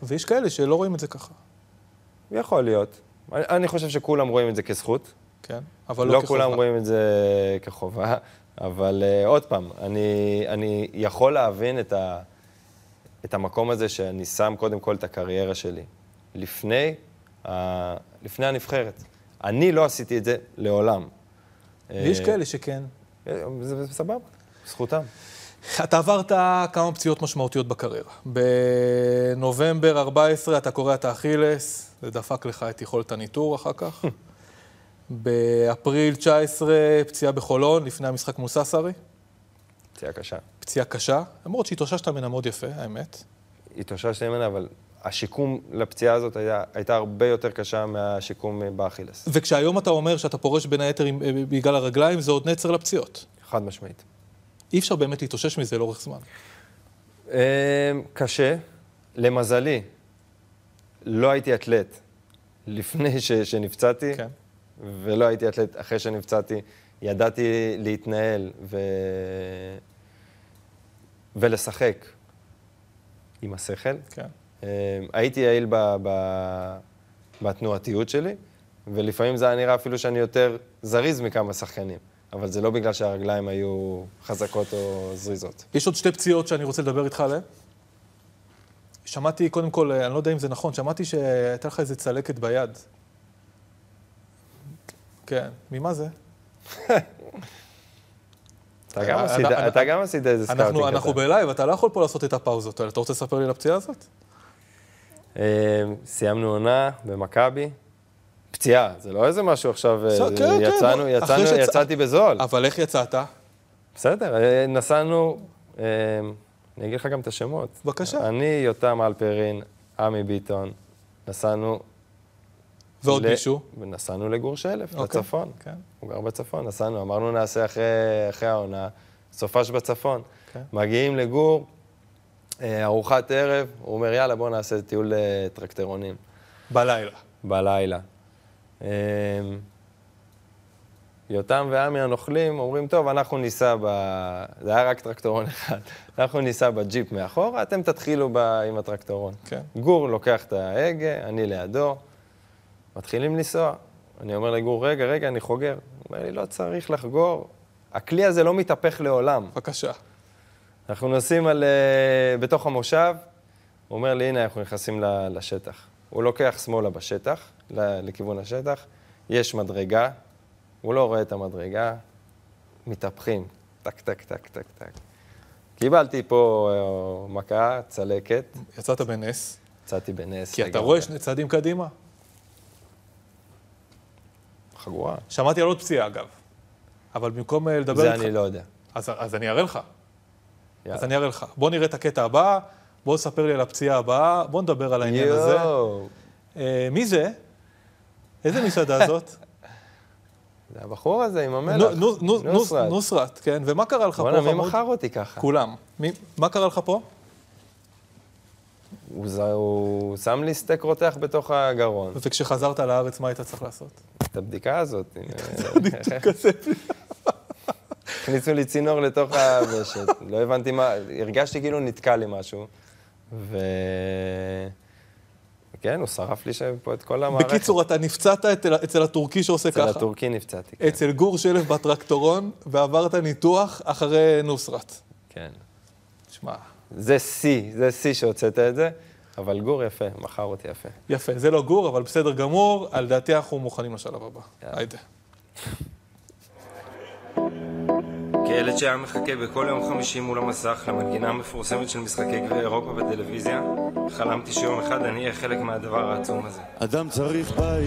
Speaker 1: ויש כאלה שלא רואים את זה ככה.
Speaker 2: יכול להיות. אני, אני חושב שכולם רואים את זה כזכות.
Speaker 1: כן, אבל
Speaker 2: לא,
Speaker 1: לא,
Speaker 2: לא
Speaker 1: כחובה.
Speaker 2: כולם רואים את זה כחובה, אבל uh, עוד פעם, אני, אני יכול להבין את, ה, את המקום הזה שאני שם קודם כל את הקריירה שלי. לפני, uh, לפני הנבחרת. אני לא עשיתי את זה לעולם.
Speaker 1: ויש
Speaker 2: אה,
Speaker 1: כאלה שכן.
Speaker 2: אה, זה זה סבבה, זכותם.
Speaker 1: אתה עברת כמה פציעות משמעותיות בקריירה. בנובמבר 14 אתה קורע את האכילס, זה דפק לך את יכולת הניטור אחר כך. באפריל 19 פציעה בחולון, לפני המשחק מול ססרי.
Speaker 2: פציעה קשה.
Speaker 1: פציעה קשה, למרות שהתאוששת ממנה מאוד יפה, האמת.
Speaker 2: התאוששתי ממנה, אבל השיקום לפציעה הזאת היה, הייתה הרבה יותר קשה מהשיקום אה, באכילס.
Speaker 1: וכשהיום אתה אומר שאתה פורש בין היתר עם- אה, בגלל הרגליים, זה עוד נצר לפציעות.
Speaker 2: חד משמעית.
Speaker 1: אי אפשר באמת להתאושש מזה לאורך זמן.
Speaker 2: אה, קשה. למזלי, לא הייתי אתלט לפני ש, שנפצעתי,
Speaker 1: כן.
Speaker 2: ולא הייתי אתלט אחרי שנפצעתי. ידעתי להתנהל ו... ולשחק עם השכל.
Speaker 1: כן.
Speaker 2: אה, הייתי יעיל ב, ב, בתנועתיות שלי, ולפעמים זה היה נראה אפילו שאני יותר זריז מכמה שחקנים, אבל זה לא בגלל שהרגליים היו חזקות או זריזות.
Speaker 1: יש עוד שתי פציעות שאני רוצה לדבר איתך עליהן. שמעתי, קודם כל, אני לא יודע אם זה נכון, שמעתי שהייתה לך איזה צלקת ביד. כן, ממה זה?
Speaker 2: אתה גם
Speaker 1: אה,
Speaker 2: עשית-
Speaker 1: אה,
Speaker 2: אתה
Speaker 1: אה,
Speaker 2: גם עשית איזה סקאוטינג
Speaker 1: אנחנו,
Speaker 2: קטן.
Speaker 1: אנחנו בלייב, אתה לא יכול פה לעשות את הפאוזות האלה. אתה רוצה לספר לי על הפציעה הזאת?
Speaker 2: אה, סיימנו עונה במכבי. פציעה, זה לא איזה משהו עכשיו, אה,
Speaker 1: בסדר, כן, כן,
Speaker 2: יצאנו,
Speaker 1: לא,
Speaker 2: יצאנו,
Speaker 1: אחרי אה. שיצא-
Speaker 2: יצאתי בזול.
Speaker 1: אבל איך יצאת?
Speaker 2: בסדר, אה, נסענו, אה, אני אגיד לך גם את השמות.
Speaker 1: בבקשה.
Speaker 2: אני, יותם אלפרין, עמי ביטון, נסענו...
Speaker 1: ועוד
Speaker 2: ל-
Speaker 1: מישהו?
Speaker 2: נסענו לגור שלף,
Speaker 1: אוקיי,
Speaker 2: לצפון.
Speaker 1: כן.
Speaker 2: הוא גר בצפון, נסענו, אמרנו נעשה אחרי, אחרי העונה, סופש בצפון.
Speaker 1: כן.
Speaker 2: מגיעים לגור, אה, ארוחת ערב, הוא אומר, יאללה, בואו נעשה טיול אה, טרקטרונים.
Speaker 1: בלילה.
Speaker 2: בלילה. אמ, יותם ועמי הנוכלים אומרים, טוב, אנחנו ניסע ב... זה היה רק טרקטורון אחד. אנחנו ניסע בג'יפ מאחורה, אתם תתחילו ב... עם הטרקטורון.
Speaker 1: כן.
Speaker 2: גור לוקח את ההגה, אני לידו, מתחילים לנסוע. אני אומר לגור, רגע, רגע, אני חוגר. הוא אומר לי, לא צריך לחגור, הכלי הזה לא מתהפך לעולם.
Speaker 1: בבקשה.
Speaker 2: אנחנו נוסעים על, אה, בתוך המושב, הוא אומר לי, הנה, אנחנו נכנסים ל- לשטח. הוא לוקח שמאלה בשטח, ל- לכיוון השטח, יש מדרגה, הוא לא רואה את המדרגה, מתהפכים, טק, טק, טק, טק, טק. קיבלתי פה אה, מכה, צלקת,
Speaker 1: יצאת בנס,
Speaker 2: יצאתי בנס.
Speaker 1: כי אתה
Speaker 2: לגמרי.
Speaker 1: רואה שני צעדים קדימה.
Speaker 2: חגורה.
Speaker 1: שמעתי על עוד פציעה, אגב. אבל במקום אה, לדבר
Speaker 2: זה
Speaker 1: איתך...
Speaker 2: אני לא יודע.
Speaker 1: אז- אז אני אראה לך.
Speaker 2: יאללה.
Speaker 1: אז אני אראה לך. בוא נראה את הקטע הבא, בוא ספר לי על הפציעה הבאה, בוא נדבר על העניין הזה.
Speaker 2: יואו,
Speaker 1: אה, מי זה? איזה מסעדה זאת?
Speaker 2: זה הבחור הזה עם המלח.
Speaker 1: נו- נו- נו- נו-
Speaker 2: נוסרת.
Speaker 1: נוסרת, כן. ומה קרה לך פה,
Speaker 2: בוא'נה, מי
Speaker 1: חמוד?
Speaker 2: מכר אותי ככה?
Speaker 1: כולם. מי- מה קרה לך פה?
Speaker 2: הוא ז- הוא שם לי סטייק רותח בתוך הגרון.
Speaker 1: וכשחזרת לארץ, מה היית צריך לעשות?
Speaker 2: את הבדיקה הזאת. עם, אה, הכניסו לי צינור לתוך הוושת, לא הבנתי מה, הרגשתי כאילו נתקע לי משהו. ו... כן, הוא שרף לי שם פה את כל המערכת.
Speaker 1: בקיצור, אתה נפצעת אצל- אצל הטורקי שעושה
Speaker 2: אצל
Speaker 1: ככה.
Speaker 2: הטורקי נפצעתי, כן.
Speaker 1: אצל גור שלף בטרקטורון, ועברת ניתוח אחרי נוסרת.
Speaker 2: כן.
Speaker 1: שמע,
Speaker 2: זה שיא, זה שיא שהוצאת את זה, אבל גור יפה, מכר אותי יפה.
Speaker 1: יפה. זה לא גור, אבל בסדר גמור. על דעתי אנחנו מוכנים לשלב הבא.
Speaker 2: יאללה.
Speaker 1: היידה.
Speaker 2: כילד שהיה מחכה בכל יום חמישי מול המסך למנגינה המפורסמת של משחקי גביע אירופה בטלוויזיה, חלמתי שיום אחד אני אהיה חלק מהדבר העצום הזה.
Speaker 8: אדם צריך בית,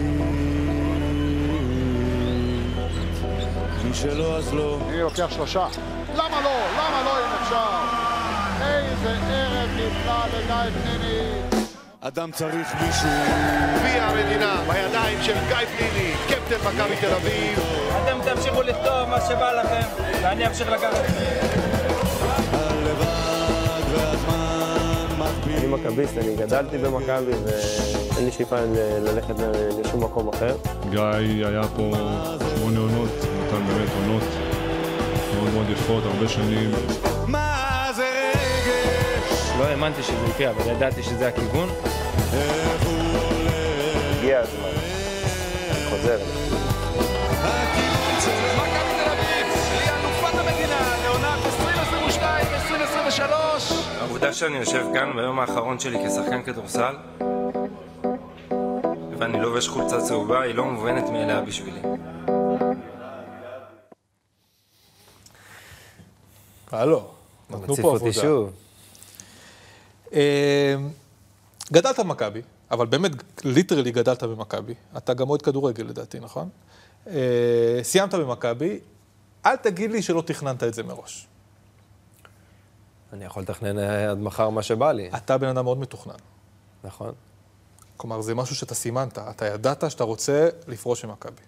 Speaker 8: מי שלא אז לא.
Speaker 5: אני לוקח שלושה. למה לא? למה לא אם אפשר? איזה ערב נפלא לנייט נני.
Speaker 8: אדם צריך מישהו.
Speaker 5: גביע המדינה בידיים של גיא פניני, קפטן מכבי תל אביב.
Speaker 3: אתם תמשיכו לכתוב מה שבא לכם, ואני אמשיך לקחת.
Speaker 8: הלבד והזמן
Speaker 9: אני
Speaker 8: מחביאים.
Speaker 9: מכביסט, אני גדלתי במכבי ואין לי שאיפה ל- ללכת ל- לשום מקום אחר.
Speaker 6: גיא היה פה שמונה עונות, נתן באמת עונות מאוד מאוד יפות, הרבה שנים.
Speaker 8: מה זה רגש?
Speaker 2: לא האמנתי שזה יקרה, אבל ידעתי שזה הכיוון.
Speaker 8: איך הוא עולה?
Speaker 9: הגיע הזמן. אני חוזר.
Speaker 8: הכיוון שלו.
Speaker 5: מכבי תל אביב, היא אלופת המדינה, לעונת 2022-2023.
Speaker 2: העובדה שאני יושב כאן ביום האחרון שלי כשחקן כדורסל, ואני לובש חולצה צהובה, היא לא מובנת מאליה בשבילי.
Speaker 1: הלו, אה, לא. נתנו
Speaker 2: לא מציף
Speaker 1: פה
Speaker 2: אותי
Speaker 1: עבודה.
Speaker 2: שוב.
Speaker 1: אה, גדלת במכבי, אבל באמת, ליטרלי גדלת במכבי. אתה גם אוהד כדורגל לדעתי, נכון? אה, סיימת במכבי, אל תגיד לי שלא תכננת את זה מראש.
Speaker 2: אני יכול לתכנן אה, עד מחר מה שבא לי,
Speaker 1: אתה בן אדם מאוד מתוכנן.
Speaker 2: נכון?
Speaker 1: כלומר, זה משהו שאתה סימנת, אתה ידעת שאתה רוצה לפרוש ממכבי.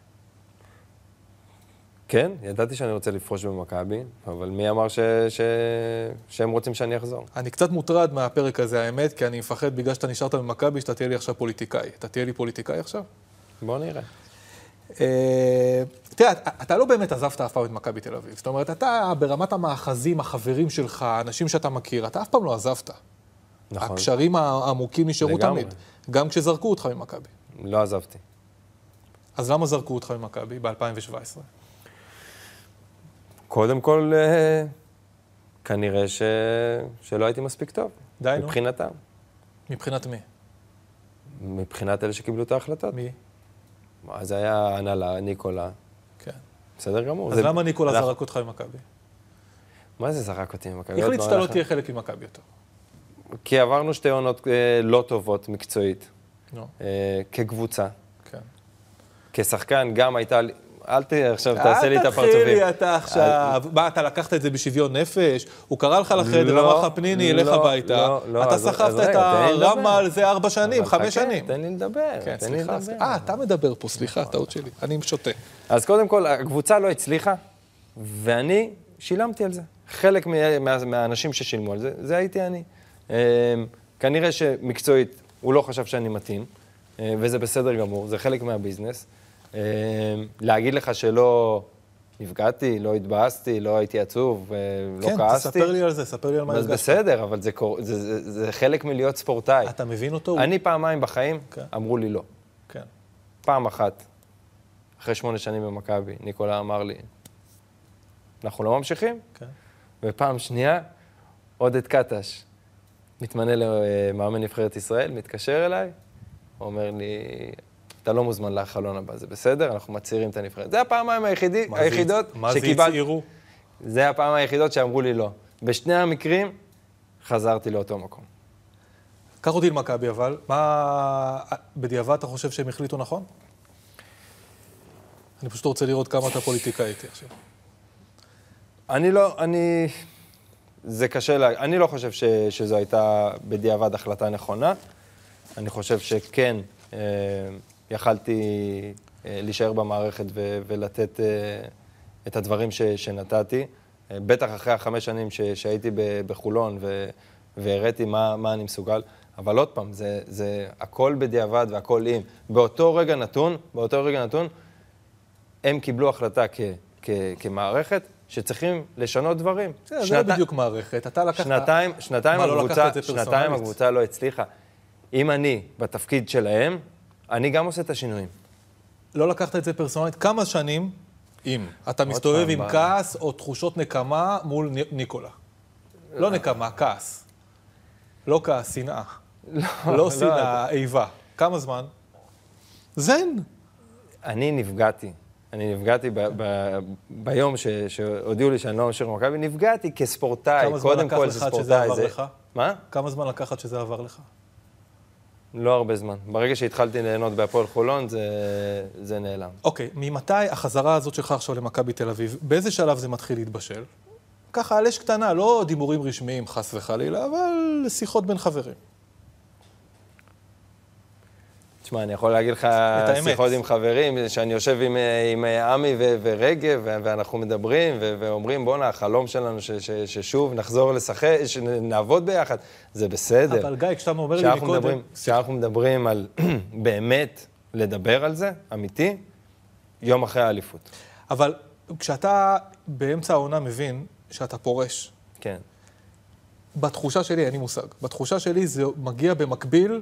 Speaker 2: כן, ידעתי שאני רוצה לפרוש במכבי, אבל מי אמר ש... ש... שהם רוצים שאני אחזור?
Speaker 1: אני קצת מוטרד מהפרק הזה, האמת, כי אני מפחד בגלל שאתה נשארת במכבי, שאתה תהיה לי עכשיו פוליטיקאי. אתה תהיה לי פוליטיקאי עכשיו?
Speaker 2: בואו נראה.
Speaker 1: אה, תראה, אתה- אתה לא באמת עזבת אף פעם את מכבי תל אביב. זאת אומרת, אתה ברמת המאחזים, החברים שלך, האנשים שאתה מכיר, אתה אף פעם לא עזבת.
Speaker 2: נכון.
Speaker 1: הקשרים העמוקים נשארו
Speaker 2: לגמרי.
Speaker 1: תמיד. גם כשזרקו אותך ממכבי.
Speaker 2: לא עזבתי.
Speaker 1: אז למה זרקו אותך ממכבי ב-2017?
Speaker 2: קודם כל, אה, כנראה ש... שלא הייתי מספיק טוב.
Speaker 1: די, נו.
Speaker 2: מבחינתם.
Speaker 1: מבחינת מי?
Speaker 2: מבחינת אלה שקיבלו את ההחלטות.
Speaker 1: מי?
Speaker 2: אז זה היה הנהלה, ניקולה.
Speaker 1: כן.
Speaker 2: בסדר גמור.
Speaker 1: אז
Speaker 2: זה-
Speaker 1: למה ניקולה
Speaker 2: אנחנו-
Speaker 1: זרק אותך ממכבי?
Speaker 2: מה זה זרק אותי ממכבי?
Speaker 1: החליט
Speaker 2: עוד
Speaker 1: שאתה לא
Speaker 2: אנחנו-
Speaker 1: תהיה חלק ממכבי יותר.
Speaker 2: כי עברנו שתי עונות אה, לא טובות מקצועית,
Speaker 1: נו,
Speaker 2: אה, כקבוצה,
Speaker 1: כן.
Speaker 2: כשחקן גם הייתה... לי- אל ת... עכשיו תעשה לי את
Speaker 1: אל תתחיל
Speaker 2: הפרצופים.
Speaker 1: לי אתה עכשיו. מה, אתה לקחת את זה בשוויון נפש? הוא קרא לך לחדר,
Speaker 2: לא,
Speaker 1: אמר לך, פניני,
Speaker 2: לא,
Speaker 1: אלך הביתה.
Speaker 2: לא, לא,
Speaker 1: אתה
Speaker 2: אז- אז
Speaker 1: סחבת
Speaker 2: רגע,
Speaker 1: את
Speaker 2: תן לי לדבר.
Speaker 1: הרמה על זה ארבע שנים,
Speaker 2: אבל
Speaker 1: חמש
Speaker 2: חכה,
Speaker 1: שנים.
Speaker 2: תן לי לדבר,
Speaker 1: כן,
Speaker 2: תן לי
Speaker 1: סליחה.
Speaker 2: לדבר.
Speaker 1: אה, אתה מדבר פה, סליחה, טעות שלי. אני שותה.
Speaker 2: אז קודם כל, הקבוצה לא הצליחה, ואני שילמתי על זה. חלק מה, מה, מהאנשים ששילמו על זה, זה הייתי אני. אמ, כנראה שמקצועית הוא לא חשב שאני מתאים, אה, וזה בסדר גמור, זה חלק מהביזנס. אמ, להגיד לך שלא נפגעתי, לא התבאסתי, לא הייתי עצוב, אה, לא
Speaker 1: כן,
Speaker 2: כעסתי,
Speaker 1: תספר לי על זה, ספר לי על מה
Speaker 2: אז
Speaker 1: הרגשת.
Speaker 2: בסדר, אבל זה, קור... זה, זה, זה חלק מלהיות ספורטאי.
Speaker 1: אתה מבין אותו?
Speaker 2: אני פעמיים בחיים,
Speaker 1: כן.
Speaker 2: אמרו לי לא.
Speaker 1: כן.
Speaker 2: פעם אחת, אחרי שמונה שנים במכבי, ניקולה אמר לי, אנחנו לא ממשיכים,
Speaker 1: כן.
Speaker 2: ופעם שנייה, עודד קטש, מתמנה למאמן נבחרת ישראל, מתקשר אליי, הוא אומר לי, אתה לא מוזמן לחלון הבא, זה בסדר, אנחנו מצהירים את הנבחרת. זה הפעמיים היחידי,
Speaker 1: מה זה-
Speaker 2: היחידות
Speaker 1: מה זה
Speaker 2: שקיבלתי,
Speaker 1: הצהירו?
Speaker 2: זה הפעם היחידות שאמרו לי לא. בשני המקרים, חזרתי לאותו מקום.
Speaker 1: קח אותי למכבי, אבל. מה... בדיעבד אתה חושב שהם החליטו נכון? אני פשוט רוצה לראות כמה אתה פוליטיקאי איתי עכשיו.
Speaker 2: אני לא, אני... זה קשה, לה... אני לא חושב ש... שזו הייתה בדיעבד החלטה נכונה. אני חושב שכן, אה, יכלתי אה, להישאר במערכת ו... ולתת אה, את הדברים ש... שנתתי. אה, בטח אחרי החמש שנים ש... שהייתי ב... בחולון ו... והראיתי מה... מה אני מסוגל. אבל עוד פעם, זה, זה הכל בדיעבד והכל אם. באותו רגע נתון, באותו רגע נתון, הם קיבלו החלטה כ, כ, כמערכת שצריכים לשנות דברים.
Speaker 1: בסדר, זה לא
Speaker 2: שנתי-
Speaker 1: בדיוק מערכת, אתה לקחת...
Speaker 2: שנתיים, שנתיים,
Speaker 1: מה, לא לקחת
Speaker 2: הקבוצה,
Speaker 1: את זה פרסונלית?
Speaker 2: שנתיים הקבוצה לא הצליחה. אם אני בתפקיד שלהם, אני גם עושה את השינויים.
Speaker 1: לא לקחת את זה פרסונלית כמה שנים, אם אתה מסתובב
Speaker 2: פעם
Speaker 1: עם
Speaker 2: ב-
Speaker 1: כעס או תחושות נקמה מול ני- ניקולה. לא נקמה, כעס. לא כעס, שנאה. לא שנאה, איבה. כמה זמן? זן.
Speaker 2: אני נפגעתי. אני נפגעתי ב- ב- ביום ש- שהודיעו לי שאני לא ממשיך במכבי, נפגעתי כספורטאי.
Speaker 1: כמה זמן
Speaker 2: קודם
Speaker 1: לקח
Speaker 2: כל
Speaker 1: לך
Speaker 2: זה
Speaker 1: עד שזה
Speaker 2: ספורטאי.
Speaker 1: עבר לך?
Speaker 2: מה?
Speaker 1: כמה זמן לקחת שזה עבר לך?
Speaker 2: לא הרבה זמן. ברגע שהתחלתי ליהנות בהפועל חולון, זה, זה נעלם.
Speaker 1: אוקיי, ממתי החזרה הזאת שלך עכשיו למכבי תל אביב, באיזה שלב זה מתחיל להתבשל? ככה על אש קטנה, לא דיבורים רשמיים חס וחלילה, אבל שיחות בין חברים.
Speaker 2: תשמע, אני יכול להגיד לך
Speaker 1: האמת.
Speaker 2: שיחות עם חברים, שאני יושב עם, אה, עם אה, עמי ו- ורגב, ו- ואנחנו מדברים, ו- ואומרים, בואנה, החלום שלנו ש- ש- ששוב נחזור לשחק, שנעבוד ביחד, זה בסדר.
Speaker 1: אבל גיא, כשאתה אומר לי
Speaker 2: כשאנחנו
Speaker 1: מקודם,
Speaker 2: מדברים, כשאנחנו מדברים על באמת לדבר על זה, אמיתי, יום אחרי האליפות.
Speaker 1: אבל כשאתה באמצע העונה מבין שאתה פורש,
Speaker 2: כן.
Speaker 1: בתחושה שלי, אין לי מושג, בתחושה שלי זה מגיע במקביל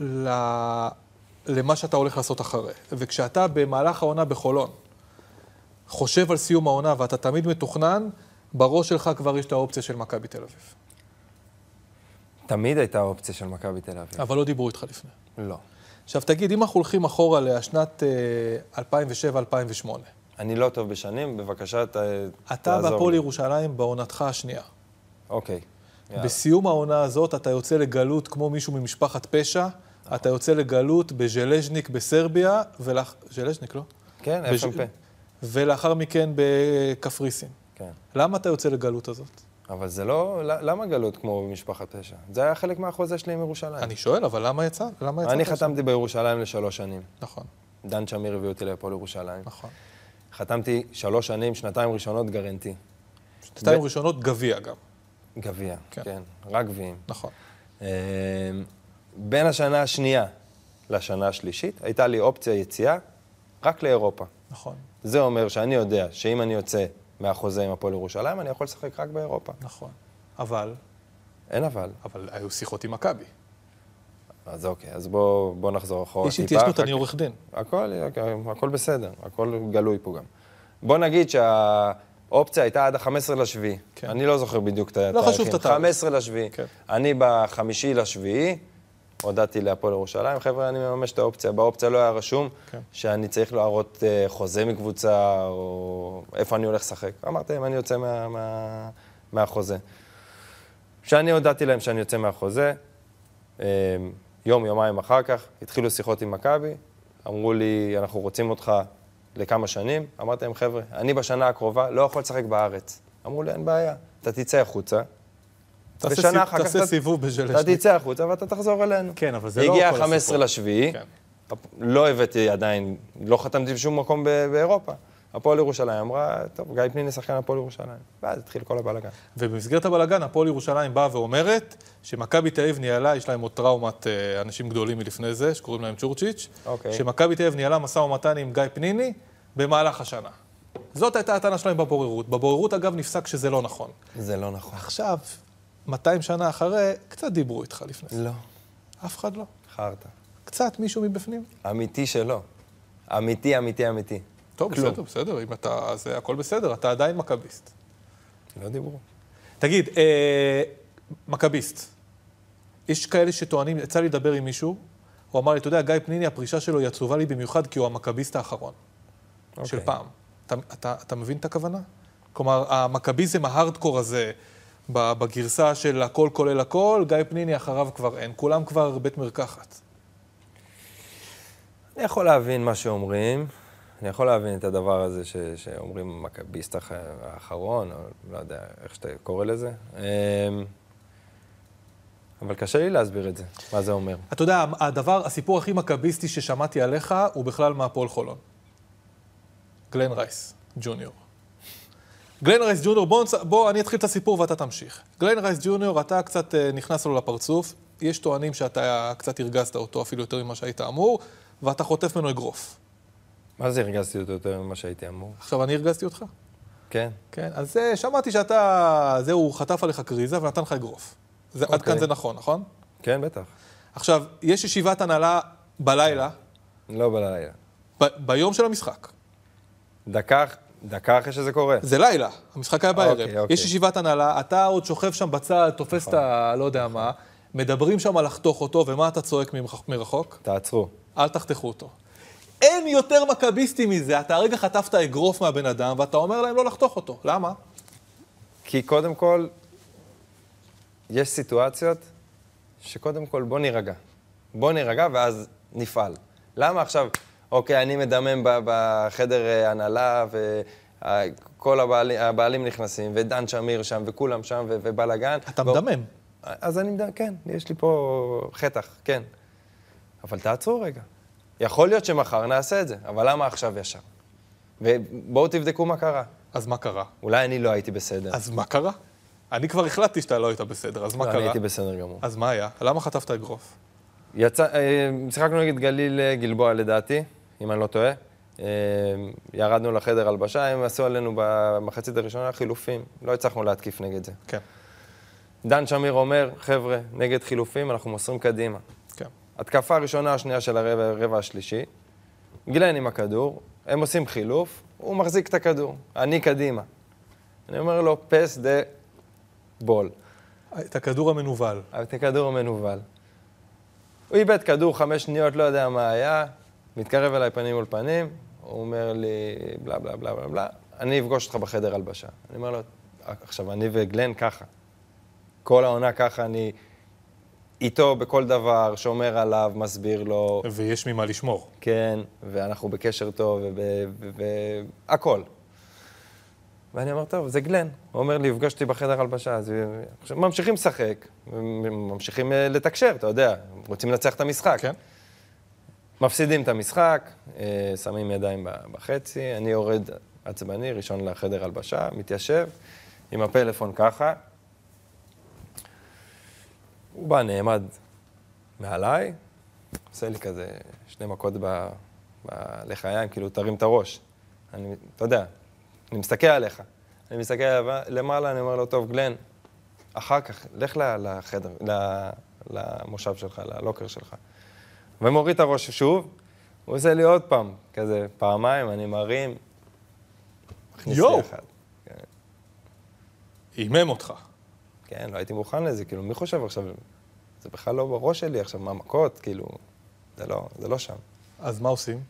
Speaker 1: ל... למה שאתה הולך לעשות אחרי. וכשאתה במהלך העונה בחולון, חושב על סיום העונה ואתה תמיד מתוכנן, בראש שלך כבר יש את האופציה של מכבי תל אביב.
Speaker 2: תמיד הייתה אופציה של מכבי תל אביב.
Speaker 1: אבל לא דיברו איתך לפני.
Speaker 2: לא.
Speaker 1: עכשיו תגיד, אם אנחנו הולכים אחורה לשנת אה, 2007-2008,
Speaker 2: אני לא טוב בשנים, בבקשה, ת,
Speaker 1: אתה
Speaker 2: תעזור
Speaker 1: והפועל
Speaker 2: לי.
Speaker 1: ירושלים בעונתך השנייה.
Speaker 2: אוקיי. יאללה.
Speaker 1: בסיום העונה הזאת אתה יוצא לגלות כמו מישהו ממשפחת פשע,
Speaker 2: נכון.
Speaker 1: אתה יוצא לגלות בז'לז'ניק בסרביה, ולאח... ז'לז'ניק, לא?
Speaker 2: כן,
Speaker 1: בש-
Speaker 2: FMP.
Speaker 1: ולאחר מכן בקפריסין.
Speaker 2: כן.
Speaker 1: למה אתה יוצא לגלות הזאת?
Speaker 2: אבל זה לא... ל- למה גלות כמו במשפחת פשע? זה היה חלק מהחוזה שלי עם ירושלים.
Speaker 1: אני שואל, אבל למה יצא? למה יצא?
Speaker 2: אני חתמתי בירושלים לשלוש שנים.
Speaker 1: נכון,
Speaker 2: דן שמיר הביא אותי להפועל ירושלים.
Speaker 1: נכון.
Speaker 2: חתמתי שלוש שנים, שנתיים ראשונות גרנטי.
Speaker 1: שנתיים ראשונות גביע גם,
Speaker 2: גביע,
Speaker 1: כן.
Speaker 2: כן. רק גביעים.
Speaker 1: נכון.
Speaker 2: אמ, בין השנה השנייה לשנה השלישית, הייתה לי אופציה יציאה רק לאירופה.
Speaker 1: נכון,
Speaker 2: זה אומר שאני יודע שאם אני יוצא מהחוזה עם הפועל ירושלים, אני יכול לשחק רק באירופה.
Speaker 1: נכון. אבל,
Speaker 2: אין אבל.
Speaker 1: אבל היו שיחות עם מכבי.
Speaker 2: אז אוקיי, אז בוא, בוא נחזור אחורה
Speaker 1: יש התיישנות,
Speaker 2: אחר
Speaker 1: אני
Speaker 2: כך.
Speaker 1: עורך דין.
Speaker 2: הכל, הכל בסדר, הכל גלוי פה גם. בוא נגיד שהאופציה הייתה עד ה-15 לשביעי.
Speaker 1: כן.
Speaker 2: כן. אני לא זוכר בדיוק את התאריכים.
Speaker 1: חשוב את התאריך.
Speaker 2: 15 לשביעי.
Speaker 1: כן.
Speaker 2: כן. אני בחמישי לשביעי, הודעתי להפועל ירושלים, חבר'ה, אני מממש את האופציה. באופציה לא היה רשום
Speaker 1: כן.
Speaker 2: שאני צריך להראות אה, חוזה מקבוצה, או איפה אני הולך לשחק. אמרתי להם, אני יוצא מה, מה, מהחוזה. כשאני הודעתי להם שאני יוצא מהחוזה, אה, יום, יומיים אחר כך, התחילו שיחות עם מכבי, אמרו לי, אנחנו רוצים אותך לכמה שנים. אמרתי להם, חבר'ה, אני בשנה הקרובה לא יכול לשחק בארץ. אמרו לי, אין בעיה, אתה תצא החוצה,
Speaker 1: תעשה
Speaker 2: בשנה
Speaker 1: סיב-
Speaker 2: אחר כך
Speaker 1: תעשה
Speaker 2: אתה-
Speaker 1: סיבוב
Speaker 2: אתה
Speaker 1: בז'לז'ניק.
Speaker 2: תצא החוצה ואתה תחזור אלינו.
Speaker 1: כן, אבל זה לא
Speaker 2: הגיע
Speaker 1: כל הסיפור.
Speaker 2: ה-15 לשביעי,
Speaker 1: כן.
Speaker 2: לא הבאתי עדיין, לא חתמתי בשום מקום ב- באירופה. הפועל ירושלים אמרה, טוב, גיא פניני שחקן הפועל ירושלים. ואז התחיל כל הבלאגן.
Speaker 1: ובמסגרת הבלאגן, הפועל ירושלים באה ואומרת שמכבי תל אביב ניהלה, יש להם עוד טראומת אה, אנשים גדולים מלפני זה, שקוראים להם צ'ורצ'יץ',
Speaker 2: אוקיי.
Speaker 1: שמכבי תל אביב ניהלה משא ומתן עם גיא פניני במהלך השנה. זאת הייתה הטענה שלהם בבוררות. בבוררות, אגב, נפסק שזה לא נכון.
Speaker 2: זה לא נכון.
Speaker 1: עכשיו, 200 שנה אחרי, קצת דיברו איתך לפני זה.
Speaker 2: לא.
Speaker 1: אף אחד לא.
Speaker 2: חרטא.
Speaker 1: קצת מישהו מבפנים.
Speaker 2: אמיתי שלא. אמיתי, אמיתי, אמיתי.
Speaker 1: טוב,
Speaker 2: כלום.
Speaker 1: בסדר, בסדר, אם אתה... זה הכל בסדר, אתה עדיין מכביסט.
Speaker 2: לא דיברו.
Speaker 1: תגיד, אה, מכביסט, יש כאלה שטוענים, יצא לי לדבר עם מישהו, הוא אמר לי, אתה יודע, גיא פניני, הפרישה שלו היא עצובה לי במיוחד כי הוא המכביסט האחרון של
Speaker 2: אוקיי.
Speaker 1: פעם. אתה, אתה, אתה מבין את הכוונה? כלומר, המכביזם ההארדקור הזה, ב- בגרסה של הכל כולל הכל, גיא פניני אחריו כבר אין, כולם כבר בית מרקחת.
Speaker 2: אני יכול להבין מה שאומרים, אני יכול להבין את הדבר הזה ש, שאומרים מכביסט האח- האחרון, או לא יודע איך שאתה קורא לזה. אמ, אבל קשה לי להסביר את זה, מה זה אומר.
Speaker 1: אתה יודע, הדבר, הסיפור הכי מכביסטי ששמעתי עליך, הוא בכלל מהפועל חולון. גלן רייס, ג'וניור. גלן רייס ג'וניור, בוא, נצ- בוא, אני אתחיל את הסיפור ואתה תמשיך. גלן רייס ג'וניור, אתה קצת אה, נכנס לו לפרצוף, יש טוענים שאתה קצת הרגזת אותו אפילו יותר ממה שהיית אמור, ואתה חוטף ממנו אגרוף.
Speaker 2: מה זה הרגזתי אותו יותר ממה שהייתי אמור?
Speaker 1: עכשיו, אני הרגזתי אותך?
Speaker 2: כן.
Speaker 1: כן, אז אה, שמעתי שאתה, זהו, הוא חטף עליך כריזה ונתן לך אגרוף. זה, עד
Speaker 2: אוקיי.
Speaker 1: כאן זה נכון, נכון?
Speaker 2: כן, בטח.
Speaker 1: עכשיו, יש ישיבת הנהלה בלילה,
Speaker 2: לא בלילה.
Speaker 1: ב- ביום של המשחק.
Speaker 2: דקה, דקה אחרי שזה קורה.
Speaker 1: זה לילה, המשחק היה בערב.
Speaker 2: אוקיי, אוקיי. נכון.
Speaker 1: יש ישיבת הנהלה, אתה עוד שוכב שם בצד, תופס את ה... לא יודע מה, מדברים שם על לחתוך אותו, ומה אתה צועק ממח- מרחוק?
Speaker 2: תעצרו.
Speaker 1: אל תחתכו אותו. אין יותר מכביסטי מזה, אתה הרגע חטפת אגרוף מהבן אדם, ואתה אומר להם לא לחתוך אותו. למה?
Speaker 2: כי קודם כל, יש סיטואציות שקודם כל בוא נירגע. בוא נירגע ואז נפעל. למה עכשיו, אוקיי, אני מדמם ב- בחדר אה, הנהלה וכל הבעלים, הבעלים נכנסים, ודן שמיר שם, וכולם שם, ו- ובלאגן.
Speaker 1: אתה
Speaker 2: בוא-
Speaker 1: מדמם.
Speaker 2: אז אני מדמם, כן, יש לי פה חטח, כן. אבל תעצרו רגע. יכול להיות שמחר נעשה את זה, אבל למה עכשיו ישר? ובואו תבדקו מה קרה.
Speaker 1: אז מה קרה?
Speaker 2: אולי אני לא הייתי בסדר.
Speaker 1: אז מה קרה? אני כבר החלטתי שאתה לא היית בסדר, אז מה
Speaker 2: לא,
Speaker 1: קרה?
Speaker 2: אני הייתי בסדר גמור.
Speaker 1: אז מה היה? למה חטפת אגרוף?
Speaker 2: יצא, אה, שיחקנו נגד גליל אה, גלבוע לדעתי, אם אני לא טועה. אה, ירדנו לחדר הלבשה, הם עשו עלינו במחצית הראשונה חילופים. לא הצלחנו להתקיף נגד זה.
Speaker 1: כן,
Speaker 2: דן שמיר אומר, חבר'ה, נגד חילופים אנחנו מוסרים קדימה.
Speaker 1: כן.
Speaker 2: התקפה הראשונה, השנייה של הרבע, הרבע השלישי, גלן עם הכדור, הם עושים חילוף, הוא מחזיק את הכדור, אני קדימה. אני אומר לו, פס דה בול.
Speaker 1: את הכדור המנוול.
Speaker 2: את הכדור המנוול. הוא איבד כדור חמש שניות, לא יודע מה היה, מתקרב אליי פנים מול פנים, הוא אומר לי, בלה בלה בלה בלה בלה, אני אפגוש אותך בחדר הלבשה. אני אומר לו, עכשיו, אני וגלן ככה. כל העונה ככה, אני איתו בכל דבר, שומר עליו, מסביר לו,
Speaker 1: ויש ממה לשמור.
Speaker 2: כן, ואנחנו בקשר טוב, והכול. ואני אומר, טוב, זה גלן. הוא אומר לי, הפגשתי בחדר הלבשה, אז עכשיו, ממשיכים לשחק, ממשיכים אה, לתקשר, אתה יודע, רוצים לנצח את המשחק.
Speaker 1: כן.
Speaker 2: מפסידים את המשחק, אה, שמים ידיים ב- בחצי, אני יורד עצבני, ראשון לחדר הלבשה, מתיישב, עם הפלאפון ככה. הוא בא, נעמד מעליי, עושה לי כזה שני מכות ב- בלחיים, כאילו, תרים את הראש. אני, אתה יודע, אני מסתכל עליך. אני מסתכל עליו למעלה, אני אומר לו, טוב, גלן, אחר כך, לך ל- לחדר, ל- למושב שלך, ללוקר שלך. ומוריד את הראש שוב, הוא עושה לי עוד פעם, כזה פעמיים, אני מרים, מכניס
Speaker 1: יואו.
Speaker 2: לי אחד.
Speaker 1: עימם אותך.
Speaker 2: כן, לא הייתי מוכן לזה, כאילו, מי חושב עכשיו, זה בכלל לא בראש שלי עכשיו, מה מכות, כאילו, זה לא, זה לא שם.
Speaker 1: אז מה עושים?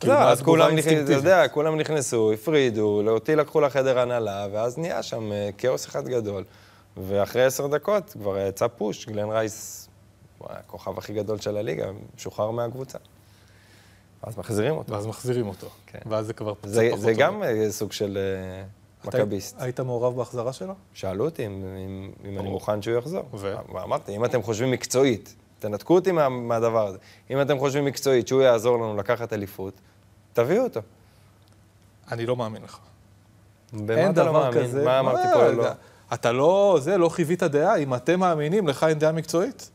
Speaker 1: כאילו,
Speaker 2: לא,
Speaker 1: מה
Speaker 2: אז
Speaker 1: התגובה
Speaker 2: כולם נכנסו, אתה
Speaker 1: האינסטינקטיבית?
Speaker 2: יודע, כולם נכנסו, הפרידו, אותי לקחו לחדר הנהלה, ואז נהיה שם אה, כאוס אחד גדול. ואחרי עשר דקות כבר יצא פוש, גלן רייס, הוא הכוכב הכי גדול של הליגה, שוחרר מהקבוצה. אז מחזירים אותו.
Speaker 1: ואז מחזירים אותו.
Speaker 2: כן.
Speaker 1: ואז זה כבר קצת
Speaker 2: זה,
Speaker 1: פחות
Speaker 2: זה
Speaker 1: טוב.
Speaker 2: גם אה, סוג של אה,
Speaker 1: אתה-
Speaker 2: מכביסט.
Speaker 1: היית מעורב בהחזרה שלו?
Speaker 2: שאלו אותי אם, אם, אם אני מוכן שהוא יחזור.
Speaker 1: ו?
Speaker 2: ואמרתי, אם אתם חושבים מקצועית, תנתקו אותי מה, מהדבר הזה, אם אתם חושבים מקצועית שהוא יעזור לנו לקחת אליפות, תביאו אותו.
Speaker 1: אני לא מאמין לך.
Speaker 2: במה אתה לא מאמין? מה אמרתי פה
Speaker 1: אה, רגע,
Speaker 2: לא?
Speaker 1: אתה לא, זה, לא חיווית דעה. אם אתם מאמינים, לך אין דעה מקצועית?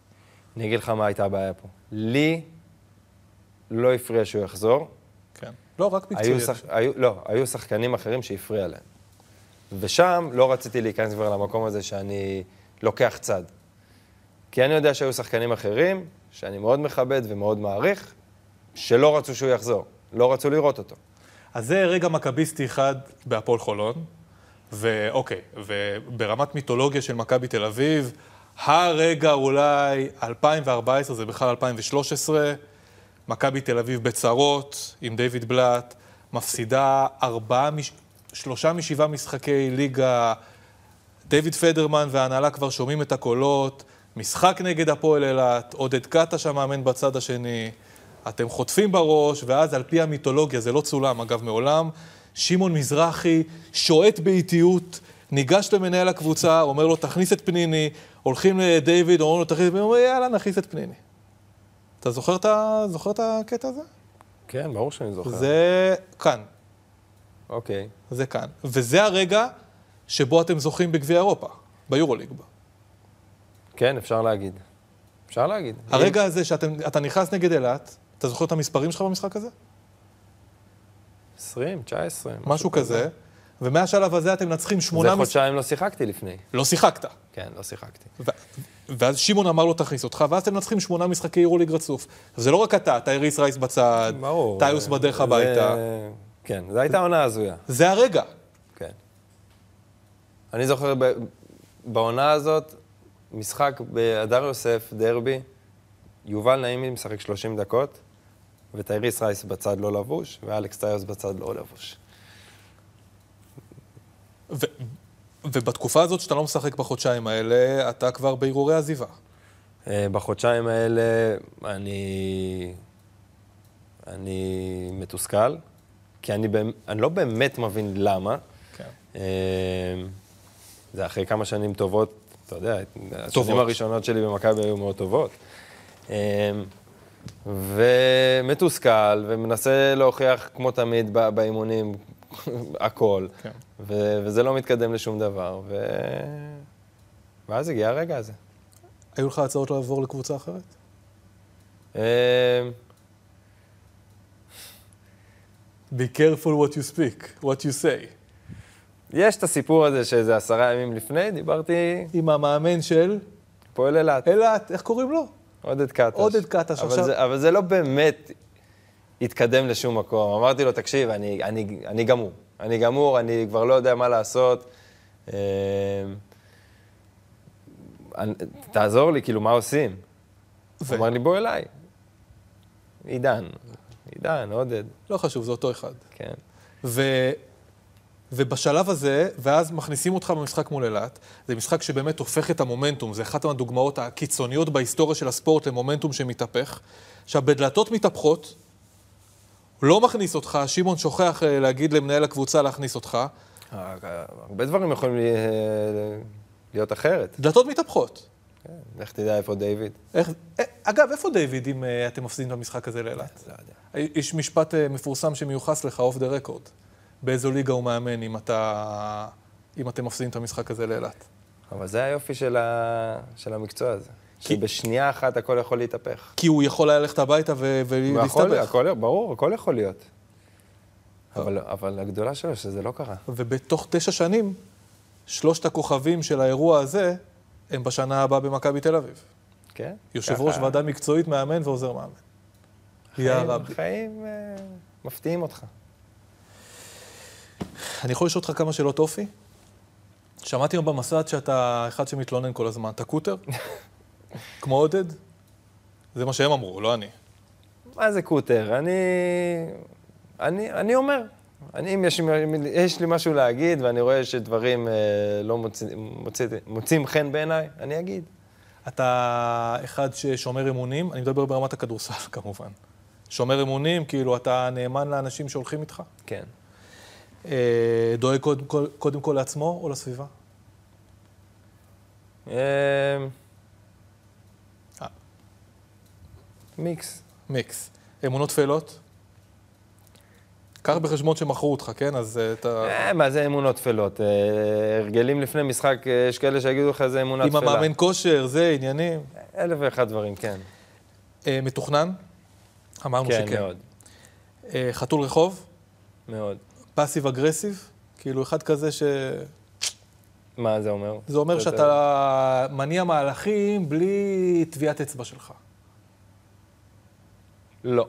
Speaker 2: אני אגיד לך מה הייתה הבעיה פה. לי לא הפריע שהוא יחזור.
Speaker 1: כן. לא, רק
Speaker 2: היו,
Speaker 1: מקצועית.
Speaker 2: שח... היו, לא, היו שחקנים אחרים שהפריע להם. ושם לא רציתי להיכנס כבר למקום הזה שאני לוקח צד. כי אני יודע שהיו שחקנים אחרים, שאני מאוד מכבד ומאוד מעריך, שלא רצו שהוא יחזור. לא רצו לראות אותו.
Speaker 1: אז זה רגע מכביסטי אחד בהפועל חולון, ואוקיי, וברמת מיתולוגיה של מכבי תל אביב, הרגע אולי 2014, זה בכלל 2013, מכבי תל אביב בצרות, עם דיוויד בלאט, מפסידה ארבעה, מש... שלושה משבעה משחקי ליגה, דיוויד פדרמן וההנהלה כבר שומעים את הקולות, משחק נגד הפועל אילת, עודד קאטה המאמן בצד השני, אתם חוטפים בראש, ואז על פי המיתולוגיה, זה לא צולם אגב מעולם, שמעון מזרחי שועט באיטיות, ניגש למנהל הקבוצה, אומר לו תכניס את פניני, הולכים לדיוויד, אומרים לו תכניס את פניני, הוא אומר יאללה נכניס את פניני. אתה זוכר את, ה... זוכר את הקטע הזה?
Speaker 2: כן, ברור שאני זוכר. זה...
Speaker 1: זה כאן,
Speaker 2: אוקיי.
Speaker 1: זה כאן. וזה הרגע שבו אתם זוכים בגביע אירופה, ביורוליג.
Speaker 2: כן, אפשר להגיד. אפשר להגיד.
Speaker 1: הרגע הזה שאתה אתה נכנס נגד אילת, אתה זוכר את המספרים שלך במשחק הזה?
Speaker 2: 20, 19.
Speaker 1: משהו כזה. ומהשלב הזה אתם מנצחים
Speaker 2: זה
Speaker 1: שמונה... מס-
Speaker 2: חודשיים לא שיחקתי לפני.
Speaker 1: לא שיחקת.
Speaker 2: כן, לא שיחקתי.
Speaker 1: ו- ואז שמעון אמר לו תכניס אותך, ואז אתם מנצחים שמונה משחקי יורוליג רצוף. זה לא רק אתה, אתה איריס רייס בצד,
Speaker 2: ברור.
Speaker 1: טיוס בדרך
Speaker 2: זה-
Speaker 1: הביתה.
Speaker 2: כן, זו הייתה עונה הזויה.
Speaker 1: זה הרגע.
Speaker 2: כן. אני זוכר ב... בעונה הזאת, משחק בהדר יוסף, דרבי, יובל נעימי משחק 30 דקות, וטייריס רייס בצד לא לבוש, ואלכס טיוס בצד לא לבוש.
Speaker 1: ו- ובתקופה הזאת שאתה לא משחק בחודשיים האלה, אתה כבר בהרהורי עזיבה.
Speaker 2: אה, בחודשיים האלה אני... אני מתוסכל, כי אני, באמ- אני לא באמת מבין למה.
Speaker 1: כן.
Speaker 2: אה, זה אחרי כמה שנים טובות, אתה יודע, השנים
Speaker 1: טובות.
Speaker 2: הראשונות שלי במכבי היו מאוד טובות. אה, אמ, ומתוסכל, ומנסה להוכיח, כמו תמיד, ב- באימונים, הכל.
Speaker 10: כן.
Speaker 2: ו- וזה לא מתקדם לשום דבר, ו... ואז הגיע הרגע הזה.
Speaker 1: היו לך הצעות לעבור לקבוצה אחרת?
Speaker 2: אמ,
Speaker 1: Be careful what you speak, what you say.
Speaker 2: יש את הסיפור הזה שזה עשרה ימים לפני, דיברתי...
Speaker 1: עם המאמן של?
Speaker 2: פועל אילת.
Speaker 1: אילת, איך קוראים לו?
Speaker 2: עודד קטש.
Speaker 1: עודד קטש,
Speaker 2: אבל
Speaker 1: עכשיו-
Speaker 2: זה, אבל זה לא באמת התקדם לשום מקום. אמרתי לו, תקשיב, אני, אני, אני גמור. אני גמור, אני כבר לא יודע מה לעשות. אמ, אני- תעזור לי, כאילו, מה עושים? הוא אמר לי, בוא אליי. עידן. עידן, עודד,
Speaker 1: לא חשוב, זה אותו אחד.
Speaker 2: כן.
Speaker 1: ו... ובשלב הזה, ואז מכניסים אותך במשחק מול אילת, זה משחק שבאמת הופך את המומנטום, זה אחת מהדוגמאות הקיצוניות בהיסטוריה של הספורט למומנטום שמתהפך. עכשיו, בדלתות מתהפכות, לא מכניס אותך, שמעון שוכח אה, להגיד למנהל הקבוצה להכניס אותך,
Speaker 2: אה, הרבה דברים יכולים אה, להיות אחרת.
Speaker 1: דלתות מתהפכות.
Speaker 2: לך תדע איפה דיוויד.
Speaker 1: איך, אה, אגב, איפה דיוויד אם אה, אתם מפסידים במשחק הזה לאילת?
Speaker 2: לא יודע.
Speaker 1: יש משפט אה, מפורסם שמיוחס לך, אוף דה רקורד. באיזו ליגה הוא מאמן אם אתה... אם אתם מפסידים את המשחק הזה לאילת.
Speaker 2: אבל זה היופי של, ה... של המקצוע הזה. שבשנייה אחת הכל יכול להתהפך.
Speaker 1: כי הוא יכול היה ללכת הביתה ו-
Speaker 2: והכל-
Speaker 1: ולהסתבך.
Speaker 2: הכל, ברור, הכל יכול להיות. אבל, אבל הגדולה שלו שזה לא קרה.
Speaker 1: ובתוך תשע שנים, שלושת הכוכבים של האירוע הזה, הם בשנה הבאה במכבי תל אביב.
Speaker 2: כן?
Speaker 1: יושב ראש
Speaker 2: ככה.
Speaker 1: ועדה מקצועית, מאמן ועוזר מאמן. יא
Speaker 2: חיים-
Speaker 1: רבי.
Speaker 2: חיים כן, אה, מפתיעים אותך.
Speaker 1: אני יכול לשאול אותך כמה שאלות אופי? שמעתי היום במסעת שאתה אחד שמתלונן כל הזמן. אתה קוטר? כמו עודד? זה מה שהם אמרו, לא אני.
Speaker 2: מה זה קוטר? אני... אני, אני אומר. אני, אם יש, אם יש לי משהו להגיד ואני רואה שדברים אה, לא מוצאים- מוצאים- מוצאים חן בעיניי, אני אגיד.
Speaker 1: אתה אחד ששומר אמונים, אני מדבר ברמת הכדורסל כמובן. שומר אמונים, כאילו אתה נאמן לאנשים שהולכים איתך?
Speaker 2: כן.
Speaker 1: אה, דואג קודם כל, קודם כל לעצמו או לסביבה?
Speaker 2: אה,
Speaker 1: אה.
Speaker 2: מיקס.
Speaker 1: מיקס. אמונות טפלות? קח בחשבון שמכרו אותך, כן? אז אה, אתה...
Speaker 2: אה, מה זה אמונות טפלות? אה, הרגלים לפני משחק, אה, יש כאלה שיגידו לך זה אמונה
Speaker 1: עם
Speaker 2: טפלה.
Speaker 1: המאמן כושר, זה, עניינים.
Speaker 2: אלף ואחד דברים, כן.
Speaker 1: אה, מתוכנן? אמרנו
Speaker 2: כן,
Speaker 1: שכן.
Speaker 2: מאוד.
Speaker 1: אה, חתול רחוב?
Speaker 2: מאוד.
Speaker 1: פאסיב אגרסיב? כאילו אחד כזה ש...
Speaker 2: מה זה אומר?
Speaker 1: זה אומר
Speaker 2: אתה-
Speaker 1: שאתה מניע מהלכים בלי טביעת אצבע שלך.
Speaker 2: לא.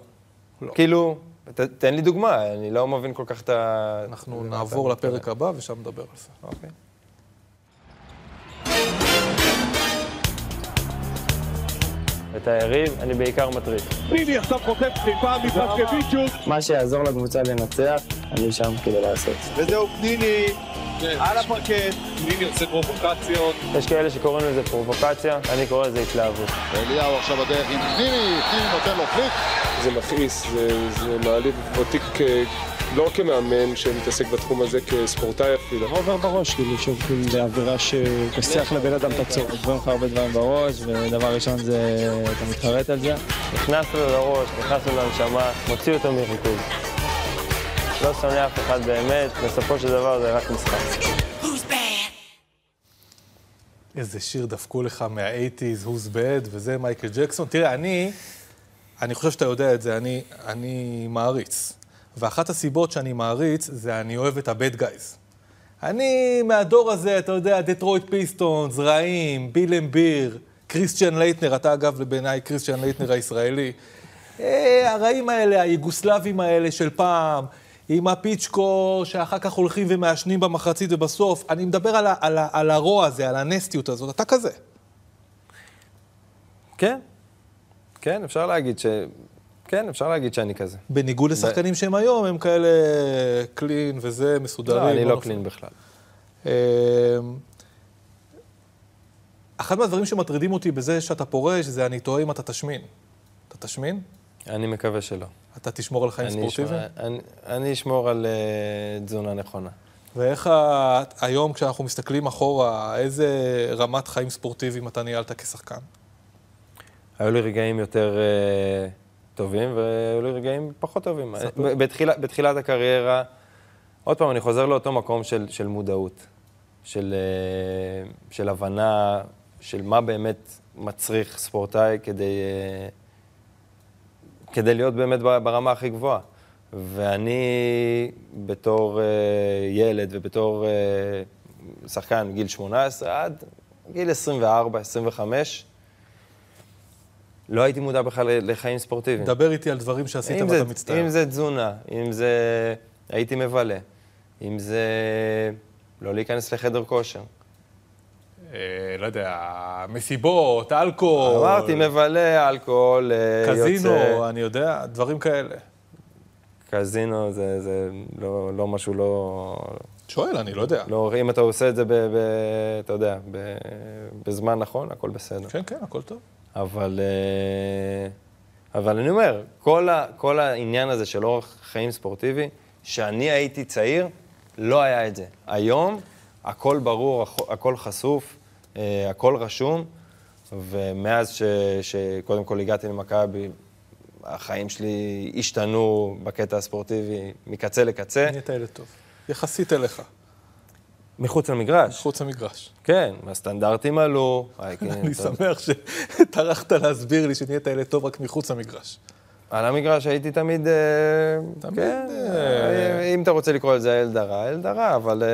Speaker 1: לא.
Speaker 2: כאילו, ת- תן לי דוגמה, אני לא מבין כל כך את ה...
Speaker 1: אנחנו
Speaker 2: אתה-
Speaker 1: נעבור לפרק הבא ושם נדבר על זה.
Speaker 2: אוקיי.
Speaker 9: את היריב אני בעיקר מטריף.
Speaker 5: פיני עכשיו חוטף סליפה מפסקביצ'וס.
Speaker 3: מה שיעזור לקבוצה לנצח, אני שם כדי לעשות.
Speaker 5: וזהו פניני
Speaker 11: כן.
Speaker 5: על הפרקט. פניני עושה פרובוקציות.
Speaker 9: יש כאלה שקוראים לזה פרובוקציה, אני קורא לזה התלהבות.
Speaker 8: אליהו עכשיו בדרך עם פניני, פניני נותן לו פליק.
Speaker 12: זה מכעיס, זה, זה מעליב אותי כ... לא כמאמן שמתעסק בתחום הזה, כספורטאי אפילו.
Speaker 3: מה עובר בראש, כאילו, שוב, כאילו, זה עבירה שכסח לבן אדם את הצור. עוברים לך הרבה דברים בראש, ודבר ראשון זה, אתה מתחרט על זה.
Speaker 9: נכנס לו לראש, נכנס לו לנשמה, מוציא אותו מריכוז. לא שונא אף אחד באמת, בסופו של דבר זה רק משחק.
Speaker 1: איזה שיר דפקו לך מה-80's, Who's Bad, וזה מייקל ג'קסון. תראה, אני, אני חושב שאתה יודע את זה, אני, אני מעריץ. ואחת הסיבות שאני מעריץ, זה אני אוהב את ה-Bad Guys. אני מהדור הזה, אתה יודע, דטרויט פיסטונס, רעים, ביל אמביר, קריסטיאן לייטנר, אתה אגב בעיניי קריסטיאן לייטנר הישראלי. אה, הרעים האלה, היוגוסלבים האלה של פעם, עם הפיצ'קו, שאחר כך הולכים ומעשנים במחצית ובסוף. אני מדבר על, ה- על, ה- על הרוע הזה, על הנסטיות הזאת, אתה כזה.
Speaker 2: כן. כן, אפשר להגיד ש... כן, אפשר להגיד שאני כזה.
Speaker 1: בניגוד לשחקנים שהם היום, הם כאלה קלין וזה, מסודרים.
Speaker 2: לא, אני
Speaker 1: בוא
Speaker 2: לא
Speaker 1: נפ-
Speaker 2: קלין בכלל.
Speaker 1: אמ, אחד מהדברים שמטרידים אותי בזה שאתה פורש, זה אני תוהה אם אתה תשמין. אתה תשמין?
Speaker 2: אני מקווה שלא.
Speaker 1: אתה תשמור על חיים
Speaker 2: אני אשמור-
Speaker 1: ספורטיביים?
Speaker 2: אני- אני אשמור על אה, תזונה נכונה.
Speaker 1: ואיך ה- היום, כשאנחנו מסתכלים אחורה, איזה רמת חיים ספורטיביים אתה ניהלת כשחקן?
Speaker 2: היו לי רגעים יותר אה, טובים והיו לי רגעים פחות טובים. בתחילה, בתחילת הקריירה, עוד פעם, אני חוזר לאותו מקום של, של מודעות, של, אה, של הבנה של מה באמת מצריך ספורטאי כדי, אה, כדי להיות באמת ב- ברמה הכי גבוהה. ואני בתור אה, ילד ובתור אה, שחקן גיל 18 עד גיל 24, 25, לא הייתי מודע בכלל לחיים ספורטיביים.
Speaker 1: דבר איתי על דברים שעשית
Speaker 2: כן. אם
Speaker 1: ואתה
Speaker 2: זה-
Speaker 1: מצטער.
Speaker 2: אם זה תזונה, אם זה... הייתי מבלה, אם זה לא להיכנס לחדר כושר.
Speaker 1: אה, לא יודע, מסיבות, אלכוהול.
Speaker 2: אמרתי, מבלה, אלכוהול, אה, יוצא...
Speaker 1: קזינו, אני יודע, דברים כאלה.
Speaker 2: קזינו זה, זה לא, לא משהו לא...
Speaker 1: שואל, אני לא יודע.
Speaker 2: לא, אם אתה עושה את זה, ב, ב, אתה יודע, ב, בזמן נכון, הכל בסדר.
Speaker 1: כן, כן, הכל טוב.
Speaker 2: אבל, אה, אבל אני אומר, כל, ה, כל העניין הזה של אורח חיים ספורטיבי, שאני הייתי צעיר, לא היה את זה. היום, הכל ברור, הכ- הכל חשוף, אה, הכל רשום, ומאז ש, שקודם כל הגעתי למכבי, החיים שלי השתנו בקטע הספורטיבי מקצה לקצה.
Speaker 1: נהיית ילד טוב. יחסית אליך,
Speaker 2: מחוץ למגרש.
Speaker 1: חוץ המגרש.
Speaker 2: כן, הסטנדרטים עלו. כן,
Speaker 1: אני שמח שטרחת להסביר לי שנהיית ילד טוב רק מחוץ למגרש.
Speaker 2: על המגרש הייתי תמיד... אה, כן, אה, אם אתה רוצה לקרוא לזה הילד הרע, הילד הרע, אבל אה,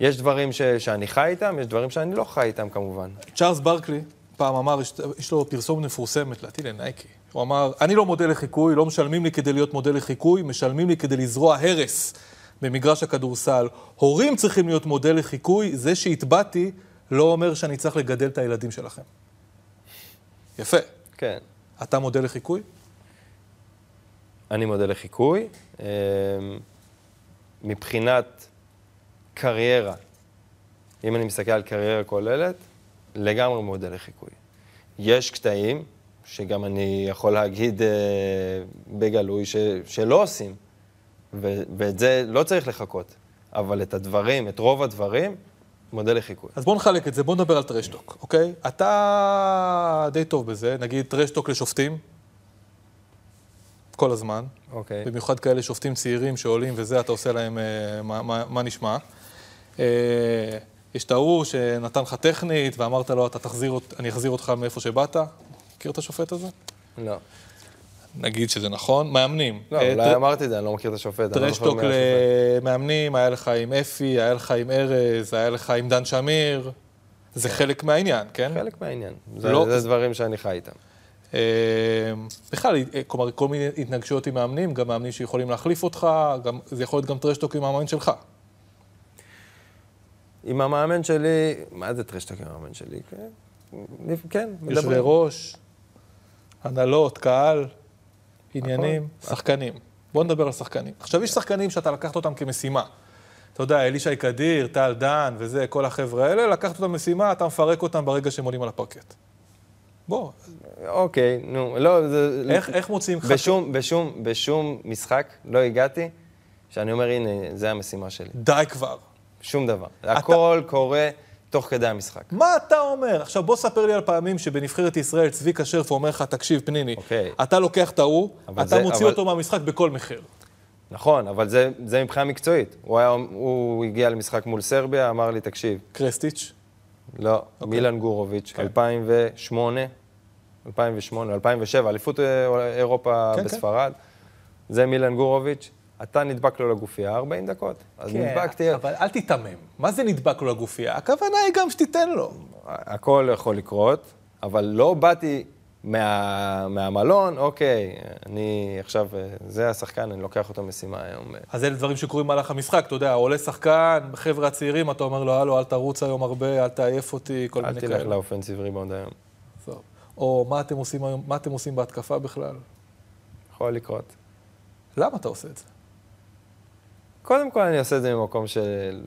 Speaker 2: יש דברים ש- שאני חי איתם, יש דברים שאני לא חי איתם כמובן.
Speaker 1: צ'ארלס ברקלי פעם אמר, יש- יש לו פרסומת מפורסמת, לדעתי לנייקי. הוא אמר, אני לא מודל לחיקוי, לא משלמים לי כדי להיות מודל לחיקוי, משלמים לי כדי לזרוע הרס במגרש הכדורסל. הורים צריכים להיות מודל לחיקוי, זה שהטבעתי לא אומר שאני צריך לגדל את הילדים שלכם. יפה.
Speaker 2: כן.
Speaker 1: אתה מודל לחיקוי?
Speaker 2: אני מודל לחיקוי. אה, מבחינת קריירה, אם אני מסתכל על קריירה כוללת, לגמרי מודל לחיקוי. יש קטעים, שגם אני יכול להגיד אה, בגלוי, ש, שלא עושים, ו, ואת זה לא צריך לחכות, אבל את הדברים, את רוב הדברים, מודל לחיקוי.
Speaker 1: אז בואו נחלק את זה, בואו נדבר על טרשטוק, אוקיי? אתה די טוב בזה, נגיד טרשטוק לשופטים, כל הזמן.
Speaker 2: אוקיי.
Speaker 1: במיוחד כאלה שופטים צעירים שעולים וזה, אתה עושה להם אה, מה, מה, מה נשמע. אה, יש את ההוא שנתן לך טכנית ואמרת לו, אתה תחזיר, אות- אני אחזיר אותך מאיפה שבאת. מכיר את השופט הזה?
Speaker 2: לא.
Speaker 1: נגיד שזה נכון. מאמנים.
Speaker 2: לא,
Speaker 1: אה,
Speaker 2: אולי
Speaker 1: טר-
Speaker 2: אמרתי את זה, אני לא מכיר את השופט. אני לא זוכר
Speaker 1: טרשטוק
Speaker 2: מי השופט.
Speaker 1: למאמנים, היה לך עם אפי, היה לך עם ארז, היה לך עם דן שמיר. זה חלק מהעניין, כן?
Speaker 2: חלק מהעניין. זה,
Speaker 1: לא,
Speaker 2: זה דברים שאני חי איתם.
Speaker 1: אה, בכלל, אה, כלומר, כל מיני התנגשויות עם מאמנים, גם מאמנים שיכולים להחליף אותך, גם, זה יכול להיות גם טרשטוק עם המאמן שלך.
Speaker 2: עם המאמן שלי, מה זה טרשטוק עם המאמן שלי? כן, כן,
Speaker 1: יושבי
Speaker 2: מדברים.
Speaker 1: ראש, הנהלות, קהל, עניינים, שחקנים. בואו נדבר על שחקנים. עכשיו, יש שחקנים שאתה לקחת אותם כמשימה. אתה יודע, אלישי קדיר, טל דן וזה, כל החבר'ה האלה, לקחת אותם משימה, אתה מפרק אותם ברגע שהם עולים על הפרקט. בוא,
Speaker 2: אוקיי, נו, לא, זה...
Speaker 1: איך, איך מוציאים לך...
Speaker 2: בשום, בשום, בשום משחק לא הגעתי, שאני אומר, הנה, זה המשימה שלי.
Speaker 1: די כבר.
Speaker 2: שום דבר. הכל קורה תוך כדי המשחק.
Speaker 1: מה אתה אומר? עכשיו, בוא ספר לי על פעמים שבנבחרת ישראל צביקה שרף אומר לך, תקשיב, פניני,
Speaker 2: אוקיי.
Speaker 1: אתה לוקח את ההוא,
Speaker 2: אבל
Speaker 1: אתה
Speaker 2: זה-
Speaker 1: מוציא
Speaker 2: אבל-
Speaker 1: אותו מהמשחק בכל מחיר.
Speaker 2: נכון, אבל זה, זה מבחינה מקצועית. הוא, היה, הוא הגיע למשחק מול סרביה, אמר לי, תקשיב,
Speaker 1: קרסטיץ',
Speaker 2: לא,
Speaker 1: אוקיי.
Speaker 2: מילן גורוביץ',
Speaker 1: כן.
Speaker 2: 2008, 2008, 2007, אליפות אה, אירופה
Speaker 1: כן, כן.
Speaker 2: בספרד. זה מילן גורוביץ', אתה נדבק לו לגופייה 40 דקות. אז נדבקתי,
Speaker 1: כן, אבל אל תיתמם. מה זה נדבק לו לגופייה? הכוונה היא גם שתיתן לו.
Speaker 2: הכל יכול לקרות, אבל לא באתי מה, מהמלון, אוקיי, אני עכשיו, אה, זה השחקן, אני לוקח אותו משימה היום. אה,
Speaker 1: אז אלה דברים שקורים במהלך המשחק, אתה יודע, עולה שחקן, חבר'ה הצעירים, אתה אומר לו, הלו, אל תרוץ היום הרבה, אל תעייף אותי, כל
Speaker 2: אל
Speaker 1: מיני
Speaker 2: תלך
Speaker 1: כאלה.
Speaker 2: לאופנסיב ריבאונד היום.
Speaker 1: טוב. או מה אתם עושים היום, מה אתם עושים בהתקפה בכלל?
Speaker 2: יכול לקרות.
Speaker 1: למה אתה עושה את זה?
Speaker 2: קודם כל אני עושה את זה ממקום של...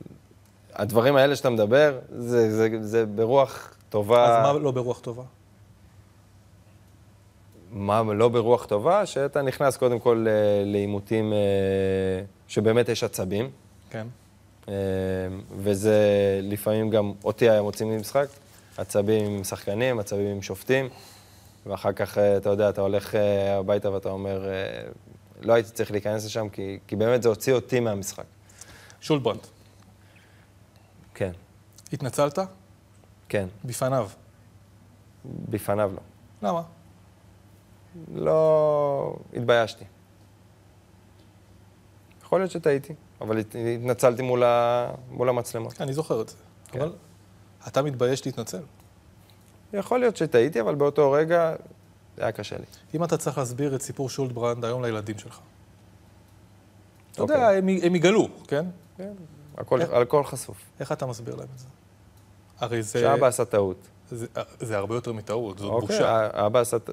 Speaker 2: הדברים האלה שאתה מדבר, זה, זה, זה ברוח טובה.
Speaker 1: אז מה לא ברוח טובה?
Speaker 2: מה לא ברוח טובה? שאתה נכנס קודם כל אה, לעימותים אה, שבאמת יש עצבים,
Speaker 1: כן.
Speaker 2: אה, וזה לפעמים גם אותי היה מוצאים ממשחק. עצבים עם שחקנים, עצבים עם שופטים, ואחר כך, אה, אתה יודע, אתה הולך אה, הביתה ואתה אומר, אה, לא הייתי צריך להיכנס לשם, כי, כי באמת זה הוציא אותי מהמשחק.
Speaker 1: שולברט.
Speaker 2: כן,
Speaker 1: התנצלת?
Speaker 2: כן.
Speaker 1: בפניו.
Speaker 2: בפניו לא.
Speaker 1: למה?
Speaker 2: לא התביישתי. יכול להיות שטעיתי, אבל הת- התנצלתי מול, ה... מול המצלמות.
Speaker 1: אני זוכר את זה. אבל אתה מתבייש להתנצל.
Speaker 2: יכול להיות שטעיתי, אבל באותו רגע זה היה קשה לי.
Speaker 1: אם אתה צריך להסביר את סיפור שולדברנד היום לילדים שלך. אתה
Speaker 2: אוקיי.
Speaker 1: יודע, הם, י- הם יגלו, כן?
Speaker 2: כן. הכל, הכל חשוף.
Speaker 1: איך אתה מסביר להם את זה? הרי זה...
Speaker 2: שאבא עשה טעות.
Speaker 1: זה, זה הרבה יותר מטעות, זאת
Speaker 2: אוקיי,
Speaker 1: בושה.
Speaker 2: א- אבא עשה... ט-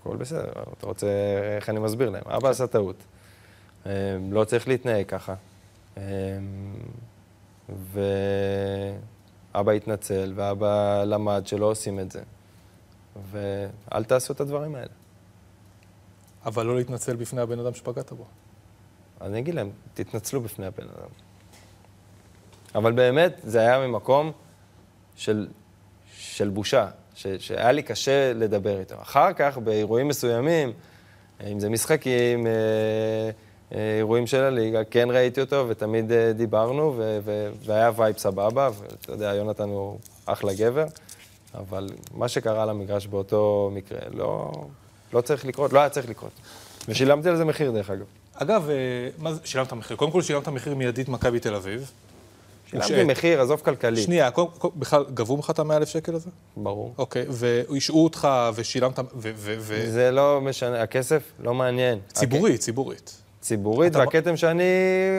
Speaker 2: הכל בסדר, אתה רוצה... איך אני מסביר להם? אבא עשה טעות. אמ, לא צריך להתנהג ככה. אמ, ואבא התנצל, ואבא למד שלא עושים את זה. ואל תעשו את הדברים האלה.
Speaker 1: אבל לא להתנצל בפני הבן אדם שפגעת בו.
Speaker 2: אני אגיד להם, תתנצלו בפני הבן אדם. אבל באמת, זה היה ממקום של, של בושה, ש, שהיה לי קשה לדבר איתם. אחר כך, באירועים מסוימים, אם זה משחקים, אה, אה, אירועים של הליגה, כן ראיתי אותו, ותמיד אה, דיברנו, ו, ו, והיה וייב סבבה, ואתה יודע, יונתן הוא אחלה גבר, אבל מה שקרה על המגרש באותו מקרה, לא, לא צריך לקרות, לא היה צריך לקרות. ושילמתי על זה מחיר, דרך אגב.
Speaker 1: אגב, אה, מה זה, שילמת מחיר. קודם כל שילמת מחיר מיידית מכבי תל אביב.
Speaker 2: שילמתי
Speaker 1: הושעית.
Speaker 2: מחיר, עזוב כלכלי.
Speaker 1: שנייה, קודם- קודם- בכלל, גבו ממך את המאה אלף שקל הזה?
Speaker 2: ברור.
Speaker 1: אוקיי, והשעו אותך ושילמת... ו- ו- ו-
Speaker 2: זה לא משנה, הכסף לא מעניין.
Speaker 1: ציבורית, ציבורית.
Speaker 2: ציבורית,
Speaker 1: אתה-
Speaker 2: והכתם שאני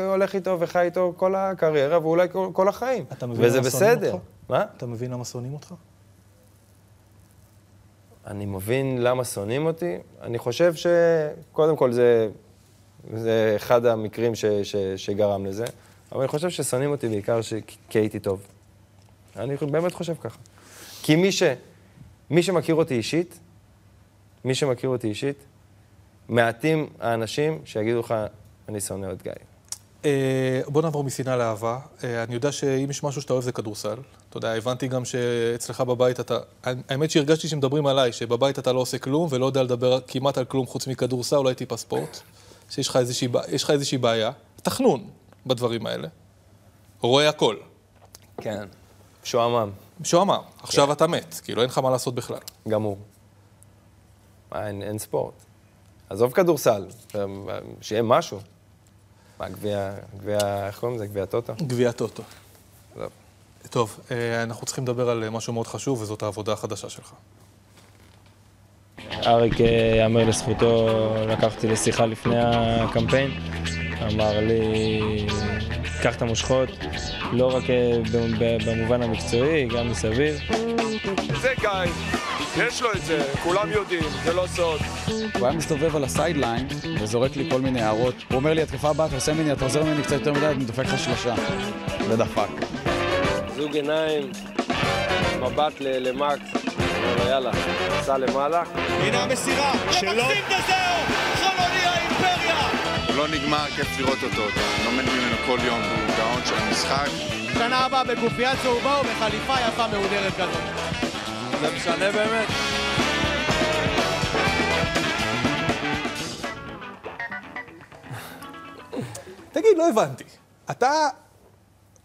Speaker 2: הולך איתו וחי איתו כל הקריירה ואולי כל- כל החיים.
Speaker 1: אתה מבין
Speaker 2: וזה
Speaker 1: למה שונאים
Speaker 2: בסדר.
Speaker 1: אותך?
Speaker 2: מה?
Speaker 1: אתה מבין למה שונאים אותך?
Speaker 2: אני מבין למה שונאים אותי. אני חושב שקודם כל זה, זה אחד המקרים ש, ש, שגרם לזה, אבל אני חושב ששונאים אותי בעיקר ש, כי הייתי טוב. אני באמת חושב ככה. כי מי, ש, מי שמכיר אותי אישית, מי שמכיר אותי אישית, מעטים האנשים שיגידו לך, אני שונא את גיא.
Speaker 1: אה, בוא נעבור משנאה לאהבה. אה, אני יודע שאם יש משהו שאתה אוהב זה כדורסל. אתה יודע, הבנתי גם שאצלך בבית אתה... האמת שהרגשתי שמדברים עליי, שבבית אתה לא עושה כלום ולא יודע לדבר כמעט על כלום חוץ מכדורסל, אולי טיפה ספורט. שיש לך איזושהי, בע- יש לך איזושהי בעיה. אתה חנון בדברים האלה. רואה הכל.
Speaker 2: כן. משועמם,
Speaker 1: משועמם. עכשיו אתה מת, כאילו אין לך מה לעשות בכלל.
Speaker 2: גמור. מה, אין, אין ספורט. עזוב כדורסל, אמ, שיהיה משהו. מה, גביע, גביע, איך קוראים לזה? גביע טוטו?
Speaker 1: גביע טוטו.
Speaker 2: לא.
Speaker 1: טוב, אה, אנחנו צריכים לדבר על אה, משהו מאוד חשוב, וזאת העבודה החדשה שלך.
Speaker 3: אריק, אה, יאמר לזכותו, לקחתי לשיחה לפני הקמפיין, אמר לי, קח את המושכות, לא רק אה, ב- ב- במובן המקצועי, גם מסביב.
Speaker 12: זה גיא, יש לו את זה, כולם יודעים, זה לא סוד.
Speaker 10: הוא היה מסתובב על הסיידליין וזורק לי כל מיני הערות. הוא אומר לי, התקפה הבאה, אתה עושה ממני, אתה עוזר ממני קצת יותר מדי, אני דופק לך שלושה. ודפק.
Speaker 2: זוג עיניים, מבט ל- למקס, אומר לו, יאללה, סע למעלה.
Speaker 5: הנה המסירה שלו. למקסים דזהו, חלוני האימפריה.
Speaker 11: הוא לא נגמר, כיף לראות אותו, אתה לומד ממנו כל יום, הוא גאון של המשחק.
Speaker 5: שנה הבאה בגופייה צהובה ובחליפה יפה מהודרת כזאת. זה משנה באמת.
Speaker 1: תגיד, לא הבנתי. אתה...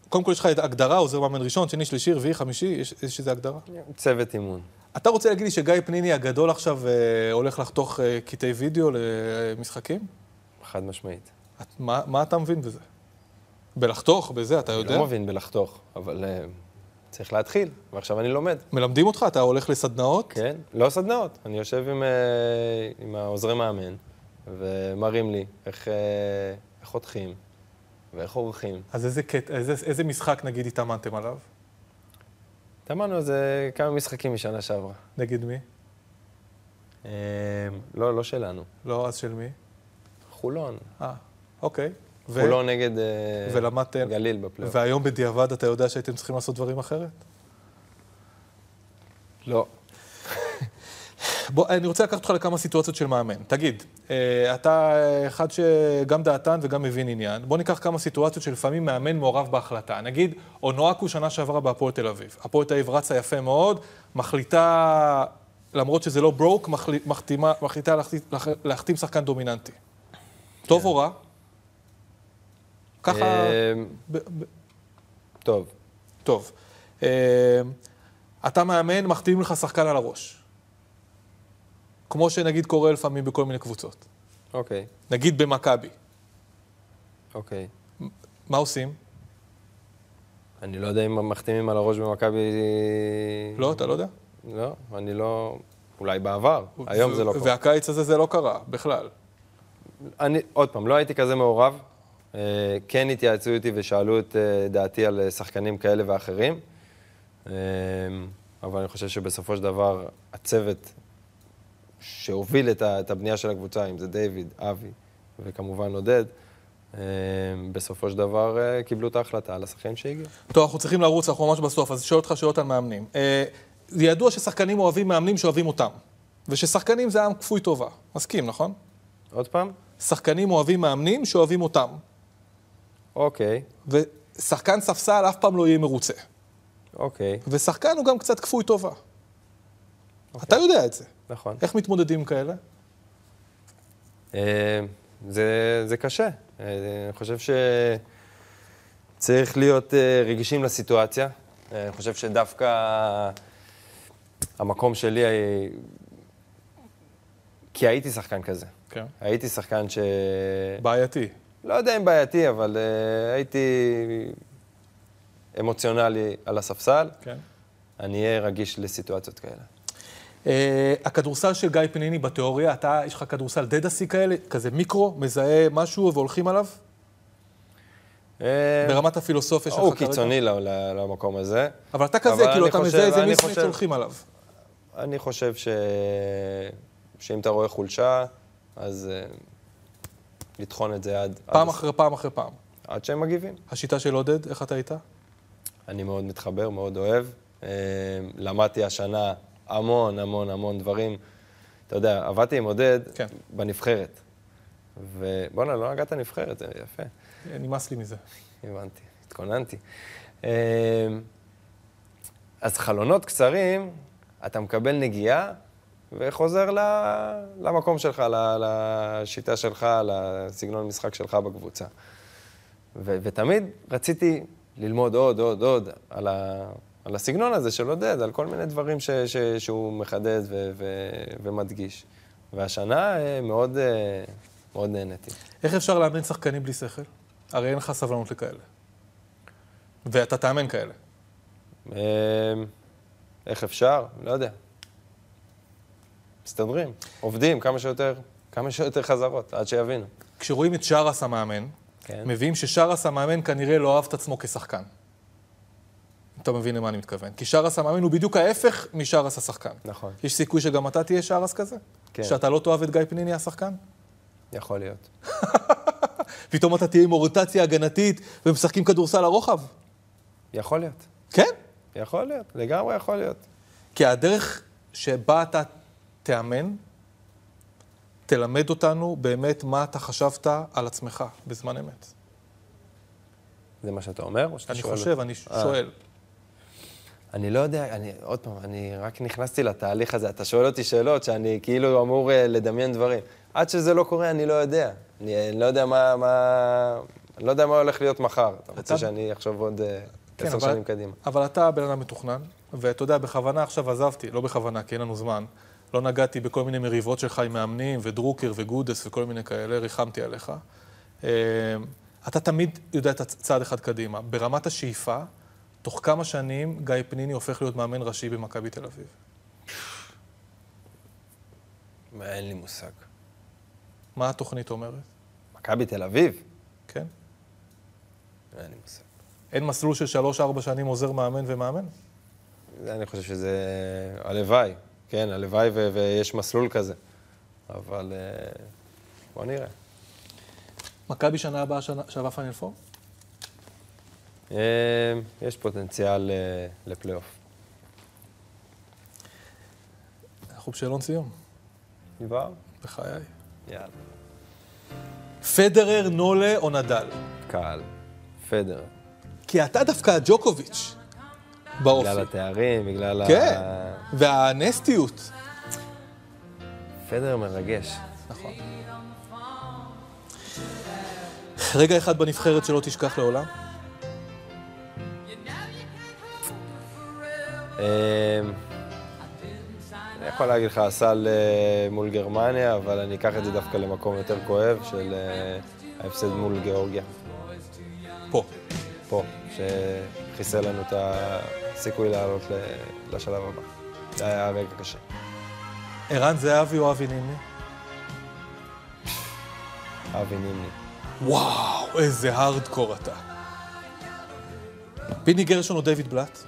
Speaker 1: קודם כל יש לך את הגדרה, עוזר מאמן ראשון, שני, שלישי, רביעי, חמישי, יש, יש איזה הגדרה?
Speaker 2: צוות אימון.
Speaker 1: אתה רוצה להגיד לי שגיא פניני הגדול עכשיו אה, הולך לחתוך אה, קטעי וידאו למשחקים?
Speaker 2: חד משמעית.
Speaker 1: את, מה, מה אתה מבין בזה? בלחתוך, בזה, אתה יודע?
Speaker 2: אני לא מבין בלחתוך, אבל אה, צריך להתחיל, ועכשיו אני לומד.
Speaker 1: מלמדים אותך? אתה הולך לסדנאות?
Speaker 2: כן, לא סדנאות. אני יושב עם, אה, עם העוזרי מאמן, ומראים לי איך, אה, איך חותכים, ואיך עורכים.
Speaker 1: אז איזה, קטע, איזה, איזה משחק נגיד התאמנתם עליו?
Speaker 2: טמנו איזה כמה משחקים משנה שעברה.
Speaker 1: נגד מי?
Speaker 2: אה, לא, לא שלנו.
Speaker 1: לא, אז של מי?
Speaker 2: חולון.
Speaker 1: אה, אוקיי. ו-
Speaker 2: חולון נגד אה,
Speaker 1: ולמדתם-
Speaker 2: גליל בפלייאוף.
Speaker 1: והיום בדיעבד אתה יודע שהייתם צריכים לעשות דברים אחרת?
Speaker 2: לא.
Speaker 1: בוא, אני רוצה לקחת אותך לכמה סיטואציות של מאמן. תגיד, אה, אתה אה, אחד שגם דעתן וגם מבין עניין. בוא ניקח כמה סיטואציות שלפעמים מאמן מעורב בהחלטה. נגיד, אונואקו שנה שעברה בהפועל תל אביב. הפועל תל אביב רצה יפה מאוד, מחליטה למרות שזה לא ברוק, מחלי- מחתימה- מחליטה להחתים- לח- להחתים שחקן דומיננטי. טוב או רע? ככה...
Speaker 2: אמ,
Speaker 1: ב- ב-
Speaker 2: טוב.
Speaker 1: טוב. אמ, אתה מאמן, מחתימים לך שחקן על הראש. כמו שנגיד קורה לפעמים בכל מיני קבוצות.
Speaker 2: אוקיי,
Speaker 1: נגיד במכבי.
Speaker 2: אוקיי.
Speaker 1: מה עושים?
Speaker 2: אני לא יודע אם מחתימים על הראש במכבי...
Speaker 1: לא, אתה לא יודע?
Speaker 2: לא, אני לא... אולי בעבר, היום זה לא קורה.
Speaker 1: והקיץ הזה זה לא קרה, בכלל.
Speaker 2: אני, עוד פעם, לא הייתי כזה מעורב. אה, כן התייעצו איתי ושאלו את אה, דעתי על אה, שחקנים כאלה ואחרים. אה, אבל אני חושב שבסופו של דבר, הצוות שהוביל את, ה, את הבנייה של הקבוצה, אם זה דיוויד, אבי וכמובן עודד, אה, בסופו של דבר אה, קיבלו את ההחלטה על השחקנים שהגיעו.
Speaker 1: טוב, אנחנו צריכים לרוץ, אנחנו ממש בסוף, אז שואל אותך שאלות על מאמנים. אה, זה ידוע ששחקנים אוהבים מאמנים שאוהבים אותם. וששחקנים זה עם כפוי טובה. מסכים, נכון?
Speaker 2: עוד פעם?
Speaker 1: שחקנים אוהבים מאמנים שאוהבים אותם.
Speaker 2: אוקיי,
Speaker 1: ושחקן ספסל אף פעם לא יהיה מרוצה.
Speaker 2: אוקיי,
Speaker 1: ושחקן הוא גם קצת כפוי טובה.
Speaker 2: אוקיי.
Speaker 1: אתה יודע את זה.
Speaker 2: נכון.
Speaker 1: איך מתמודדים עם כאלה?
Speaker 2: כן. אה, זה, זה קשה. אה, אני חושב שצריך להיות אה, רגישים לסיטואציה. אה, אני חושב שדווקא המקום שלי, אה, כי הייתי שחקן כזה.
Speaker 1: כן.
Speaker 2: הייתי שחקן ש...
Speaker 1: בעייתי.
Speaker 2: לא יודע אם בעייתי, אבל אה, הייתי אמוציונלי על הספסל.
Speaker 1: כן.
Speaker 2: אני אהיה רגיש לסיטואציות כאלה.
Speaker 1: אה, הכדורסל של גיא פניני בתיאוריה, אתה, יש לך כדורסל דדסי כאלה, כזה מיקרו, מזהה משהו והולכים עליו? ברמת הפילוסופיה שלך
Speaker 2: אה, הוא
Speaker 1: כרגע?
Speaker 2: כן. קיצוני ל- ל- למקום הזה.
Speaker 1: אבל אתה כזה,
Speaker 2: אבל
Speaker 1: כאילו,
Speaker 2: אני
Speaker 1: אתה
Speaker 2: חושב-
Speaker 1: מזהה איזה
Speaker 2: אני
Speaker 1: מיסמיץ'
Speaker 2: חושב-
Speaker 1: הולכים עליו.
Speaker 2: אני חושב ש... שאם אתה רואה חולשה, אז אה, לטחון את זה עד...
Speaker 1: פעם
Speaker 2: עד...
Speaker 1: אחרי פעם אחרי פעם.
Speaker 2: עד שהם מגיבים.
Speaker 1: השיטה של עודד, איך אתה איתה?
Speaker 2: אה, אני מאוד מתחבר, מאוד אוהב. אה, למדתי השנה המון המון המון דברים. אתה יודע, עבדתי עם עודד
Speaker 1: כן.
Speaker 2: בנבחרת. ובואנה, לא נגעת נבחרת, זה יפה.
Speaker 1: נמאס לי מזה.
Speaker 2: הבנתי, התכוננתי. אה, אז חלונות קצרים, אתה מקבל נגיעה וחוזר ל- למקום שלך, ל- לשיטה שלך, לסגנון משחק שלך בקבוצה. ו- ותמיד רציתי ללמוד עוד, עוד, עוד על, ה- על הסגנון הזה של עודד, על כל מיני דברים ש- ש- שהוא מחדד ו- ו- ומדגיש. והשנה אה, מאוד, אה, מאוד נהניתי.
Speaker 1: איך אפשר לאמן שחקנים בלי שכל? הרי אין לך סבלנות לכאלה. ואתה תאמן כאלה.
Speaker 2: אמ, איך אפשר? לא יודע. מסתדרים, עובדים כמה שיותר, כמה שיותר חזרות, עד שיבינו.
Speaker 1: כשרואים את שרס המאמן,
Speaker 2: כן.
Speaker 1: מביאים ששרס המאמן כנראה לא אהב את עצמו כשחקן. אתה מבין למה אני מתכוון. כי שרס המאמן הוא בדיוק ההפך משרס השחקן.
Speaker 2: נכון.
Speaker 1: יש סיכוי שגם אתה תהיה שרס כזה?
Speaker 2: כן.
Speaker 1: שאתה לא תאהב את גיא פניני השחקן?
Speaker 2: יכול להיות.
Speaker 1: פתאום אתה תהיה עם אוריינטציה הגנתית ומשחקים כדורסל לרוחב?
Speaker 2: יכול להיות.
Speaker 1: כן?
Speaker 2: יכול להיות, לגמרי יכול להיות.
Speaker 1: כי הדרך שבה אתה תאמן, תלמד אותנו באמת מה אתה חשבת על עצמך בזמן אמת.
Speaker 2: זה מה שאתה אומר, או שאתה
Speaker 1: אני
Speaker 2: שואל?
Speaker 1: חושב,
Speaker 2: אותי?
Speaker 1: אני
Speaker 2: אה.
Speaker 1: שואל.
Speaker 2: אני לא יודע, אני, עוד פעם, אני רק נכנסתי לתהליך הזה, אתה שואל אותי שאלות שאני כאילו אמור אה, לדמיין דברים. עד שזה לא קורה, אני לא יודע. אני אה, לא יודע מה, מה, אני לא יודע מה הולך להיות מחר. אתה רוצה שאני אחשוב עוד אה,
Speaker 1: כן,
Speaker 2: עשר
Speaker 1: אבל-
Speaker 2: שנים קדימה.
Speaker 1: אבל אתה בן אדם מתוכנן, ואתה יודע, בכוונה עכשיו עזבתי, לא בכוונה, כי אין לנו זמן. לא נגעתי בכל מיני מריבות שלך עם מאמנים, ודרוקר וגודס וכל מיני כאלה, ריחמתי עליך. אה, אתה תמיד יודע את הצ- צעד אחד קדימה. ברמת השאיפה, תוך כמה שנים גיא פניני הופך להיות מאמן ראשי במכבי תל אביב.
Speaker 2: אין לי מושג.
Speaker 1: מה התוכנית אומרת?
Speaker 2: מכבי תל אביב?
Speaker 1: כן.
Speaker 2: אין לי מושג.
Speaker 1: אין מסלול של שלוש-ארבע שנים עוזר מאמן ומאמן?
Speaker 2: זה- אני חושב שזה... הלוואי, כן, הלוואי ו- ויש מסלול כזה. אבל אה, בוא נראה.
Speaker 1: מכבי שנה הבאה שנה- שווה פיינל פור?
Speaker 2: אה, יש פוטנציאל אה, לפלייאוף.
Speaker 1: אנחנו בשאלון סיום.
Speaker 2: כבר?
Speaker 1: בחיי.
Speaker 2: יאללה.
Speaker 1: פדרר, נולה או נדל?
Speaker 2: קהל. פדר.
Speaker 1: כי אתה דווקא הג'וקוביץ' באופי.
Speaker 2: בגלל התארים, בגלל
Speaker 1: כן,
Speaker 2: ה...
Speaker 1: והנסטיות.
Speaker 2: פדר מרגש. נכון.
Speaker 1: רגע אחד בנבחרת שלא תשכח לעולם?
Speaker 2: אה, אני יכול להגיד לך, הסל אה, מול גרמניה, אבל אני אקח את זה דווקא למקום יותר כואב, של אה, ההפסד מול גיאורגיה.
Speaker 1: פה.
Speaker 2: פה, שחיסר לנו את הסיכוי לעלות ל- לשלב הבא. זה היה רגע קשה.
Speaker 1: ערן זהבי או אבי נימני?
Speaker 2: אבי נימני.
Speaker 1: וואו, איזה הארדקור אתה. פיני גרשון או דיוויד בלאט?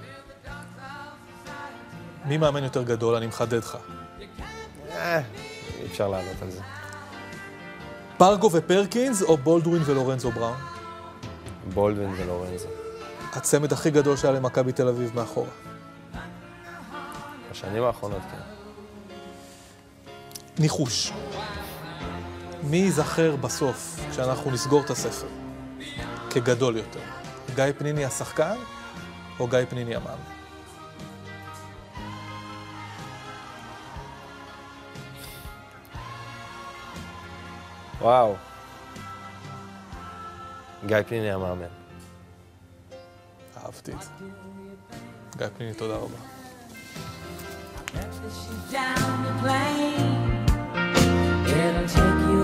Speaker 1: מי מאמן יותר גדול? אני מחדד לך.
Speaker 2: אה, אי אפשר לענות על זה.
Speaker 1: פרגו ופרקינס או בולדווין ולורנזו בראון?
Speaker 2: בולדווין ולורנזו.
Speaker 1: הצמד הכי גדול שהיה למכבי תל אביב מאחורה.
Speaker 2: בשנים האחרונות, כן.
Speaker 1: ניחוש. מי ייזכר בסוף, כשאנחנו נסגור את הספר, כגדול יותר? גיא פניני השחקן או גיא פניני המאמן?
Speaker 2: וואו. גיא פניני המאמן.
Speaker 1: אהבתי את זה. גיא פניני, תודה רבה.
Speaker 13: down the plane. It'll take you